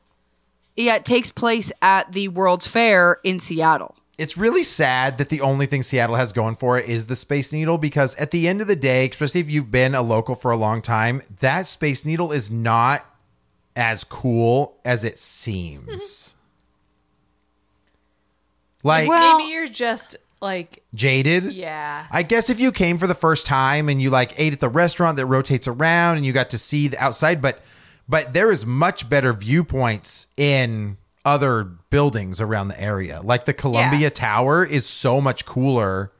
Yeah, it takes place at the World's Fair in Seattle. it's really sad that the only thing Seattle has going for it is the Space Needle. Because at the end of the day, especially if you've been a local for a long time, that Space Needle is not as cool as it (laughs) seems. like Well- Maybe you're just like jaded, yeah. I guess if you came for the first time and you like ate at the restaurant that rotates around and you got to see the outside, but but there is much better viewpoints in other buildings around the area. Like the Columbia Yeah. Tower is so much cooler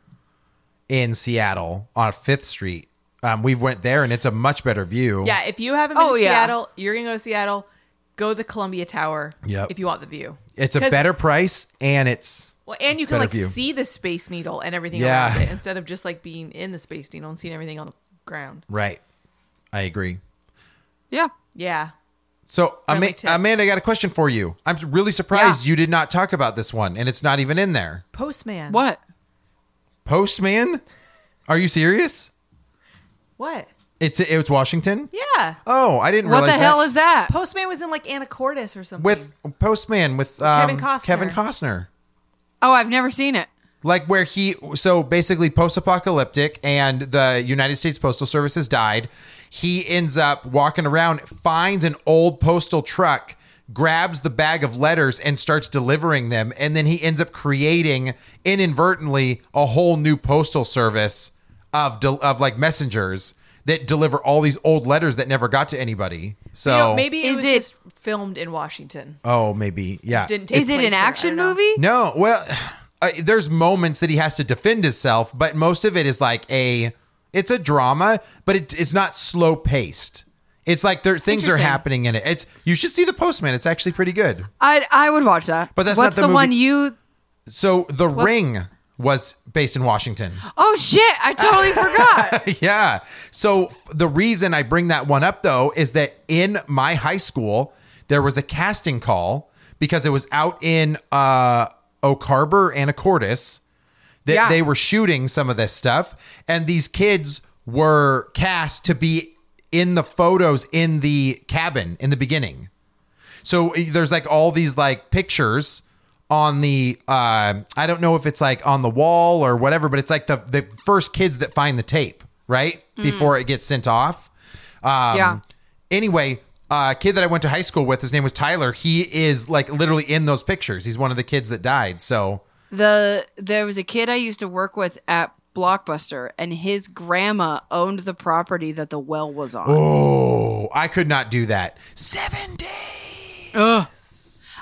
in Seattle on Fifth Street. Um, we went there and it's a much better view. Yeah, if you haven't been Oh, to yeah. Seattle, you're gonna go to Seattle. Go to the Columbia Tower. Yep. If you want the view, It's a 'Cause- better price and it's Well, and you can better like view. see the Space Needle and everything Yeah. around it instead of just like being in the Space Needle and seeing everything on the ground. right. I agree. Yeah. Yeah. So Ama- Friendly tip. Amanda, I got a question for you. I'm really surprised you did not talk about this one and it's not even in there. Postman. What? Postman? Are you serious? What? It's it's Washington. Yeah. Oh, I didn't What realize the hell that. is that? Postman was in like Anacortes or something. with Postman with um, Kevin Kevin Costner. Costner. Oh, I've never seen it. Like where he so basically post-apocalyptic and the United States Postal Service has died. He ends up walking around, finds an old postal truck, grabs the bag of letters and starts delivering them, and then he ends up creating inadvertently a whole new postal service of del- of like messengers that deliver all these old letters that never got to anybody. So You know, maybe it Is was it- just filmed in Washington. Oh, maybe. Yeah. Didn't take Is it place an there. I don't action know. movie? No, well, uh, there's moments that he has to defend himself, but most of it is like a it's a drama, but it, it's not slow paced. It's like there things are Interesting. happening in it. It's you should see the Postman. It's actually pretty good. I I would watch that. But that's not What's the the, one movie- you So The Ring was based in Washington. Oh shit, (laughs) I totally forgot. yeah. So f- the reason I bring that one up though is that in my high school there was a casting call because it was out in uh, Oak Harbor, Anacortes. That Yeah. they were shooting some of this stuff, and these kids were cast to be in the photos in the cabin in the beginning. So eh, there's like all these like pictures on the uh, I don't know if it's like on the wall or whatever, but it's like the the first kids that find the tape right before it gets sent off. Um, Yeah. Anyway, uh, kid that I went to high school with, his name was Tyler. He is like literally in those pictures. He's one of the kids that died. So the there was a kid I used to work with at Blockbuster and his grandma owned the property that the well was on. oh, I could not do that. Seven days.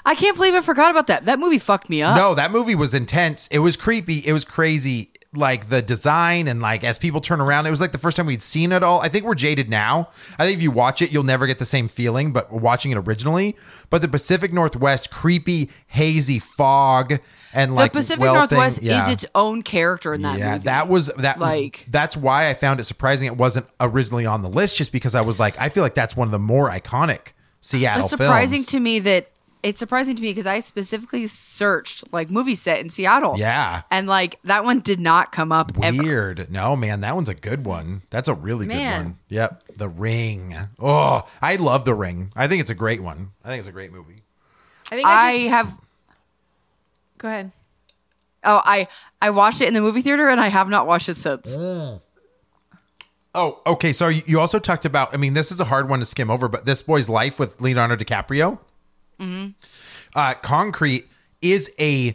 I can't believe I forgot about that. That movie fucked me up. No, that movie was intense. It was creepy. It was crazy. Like the design and like as people turn around, it was like the first time we'd seen it all. I think we're jaded now. I think if you watch it, you'll never get the same feeling, but watching it originally. But the Pacific Northwest, creepy, hazy fog and the like Pacific welting- Northwest yeah. is its own character in that yeah, movie. that was that. Like Like- that's why I found it surprising it wasn't originally on the list, just because I was like, I feel like that's one of the more iconic Seattle it's surprising films. to me that it's surprising to me because I specifically searched like movie set in Seattle. Yeah. And like that one did not come up ever. Weird. No, man, that one's a good one. That's a really Man. good one. Yep. The Ring. Oh, I love The Ring. I think it's a great one. I think it's a great movie. I think I, I just, have go ahead. (laughs) oh I I watched it in the movie theater and I have not watched it since. Oh, okay. So you you also talked about, I mean, this is a hard one to skim over, but this boy's life with Leonardo DiCaprio. Mm-hmm. Uh, Concrete is a,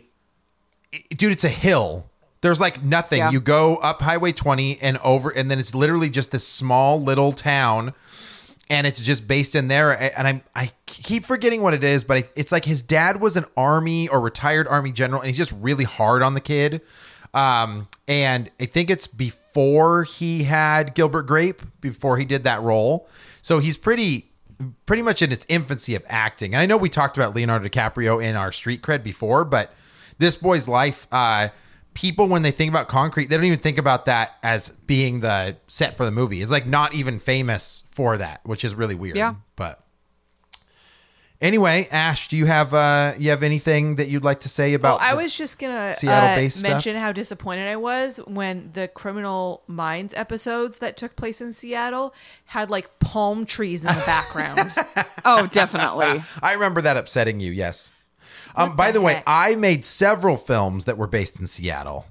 dude, it's a hill. There's like nothing. Yeah. You go up Highway 20 and over, and then it's literally just this small little town. And it's just based in there, A- and I'm I keep forgetting what it is, but I- it's like his dad was an army or retired army general, and he's just really hard on the kid. Um, and I think it's before he had Gilbert Grape, before he did that role. So he's pretty pretty much in its infancy of acting. And I know we talked about Leonardo DiCaprio in our street cred before, but this boy's life, uh, people when they think about concrete, they don't even think about that as being the set for the movie. It's like not even famous for that, which is really weird. Yeah. But anyway, Ash, do you have uh you have anything that you'd like to say about Oh, I Oh, the- was just gonna uh, Seattle-based mention stuff? how disappointed I was when the Criminal Minds episodes that took place in Seattle had like palm trees in the (laughs) background. Oh, (laughs) definitely. I remember that upsetting you. Yes. Um, by the, the way, heck? I made several films that were based in (laughs) Seattle,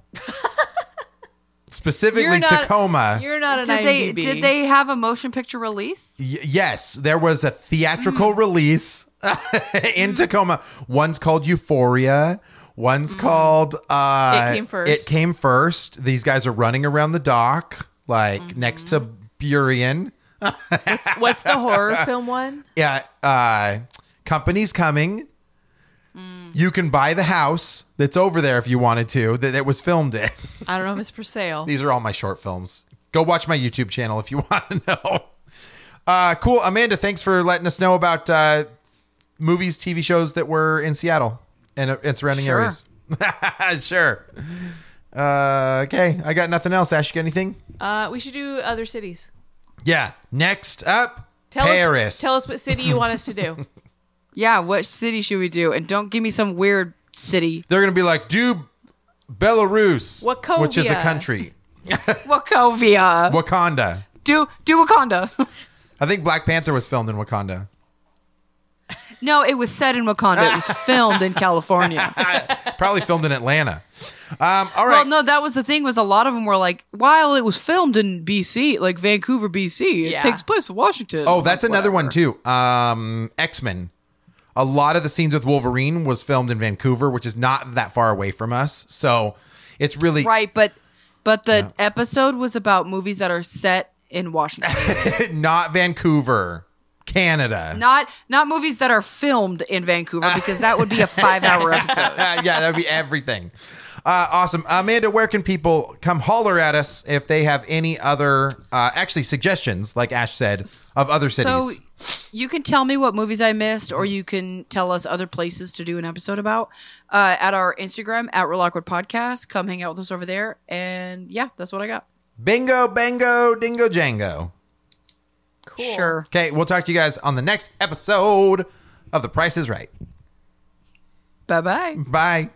specifically You're not- Tacoma. You're not an did they (laughs) IMDb. did they have a motion picture release? Y- yes, there was a theatrical Mm. release (laughs) in Tacoma. One's called Euphoria. One's called uh, Mm-hmm. It Came First. It Came First. These guys are running around the dock, like Mm-hmm. next to Burien. What's, what's the horror film one? Yeah, uh, company's coming. Mm. You can buy the house that's over there if you wanted to. That it was filmed in. I don't know if it's for sale. These are all my short films. Go watch my YouTube channel if you (laughs) want to know. Uh, cool, Amanda. Thanks for letting us know about uh, movies, TV shows that were in Seattle and, uh, and surrounding Sure. areas. (laughs) sure. Uh, okay, I got nothing else. Ash, you got anything? Uh, we should do other cities. Yeah. Next up, Tell Paris. us. Tell us what city you want us (laughs) to do. Yeah, what city should we do? And don't give me some weird city. They're gonna be like, do Belarus, which is a Wachovia. country. Wachovia. Wakanda. Do do Wakanda. (laughs) I think Black Panther was filmed in Wakanda. no, it was set in Wakanda. It was (laughs) filmed in California. Probably filmed in Atlanta. Um, all Well, right. no, that was the thing was a lot of them were like, while it was filmed in BC, like Vancouver, BC, it Yeah. takes place in Washington. oh, that's another one too. Um, X Men. A lot of the scenes with Wolverine was filmed in Vancouver, which is not that far away from us. So it's really Right, but but the episode was about movies that are set in Washington. (laughs) not Vancouver, Canada. not not movies that are filmed in Vancouver because that would be (laughs) a 5-hour episode. Uh, (laughs) yeah, that would be everything. Uh, awesome. Amanda, where can people come holler at us if they have any other, uh, actually, suggestions, like Ash said, of other So cities? you can tell me what movies I missed, or you can tell us other places to do an episode about uh, at our Instagram at Real Awkward Podcast. Come hang out with us over there, and yeah, that's what I got. Bingo, bango, dingo, jango. Cool. Sure. Okay, we'll talk to you guys on the next episode of The Price is Right. Bye bye. Bye.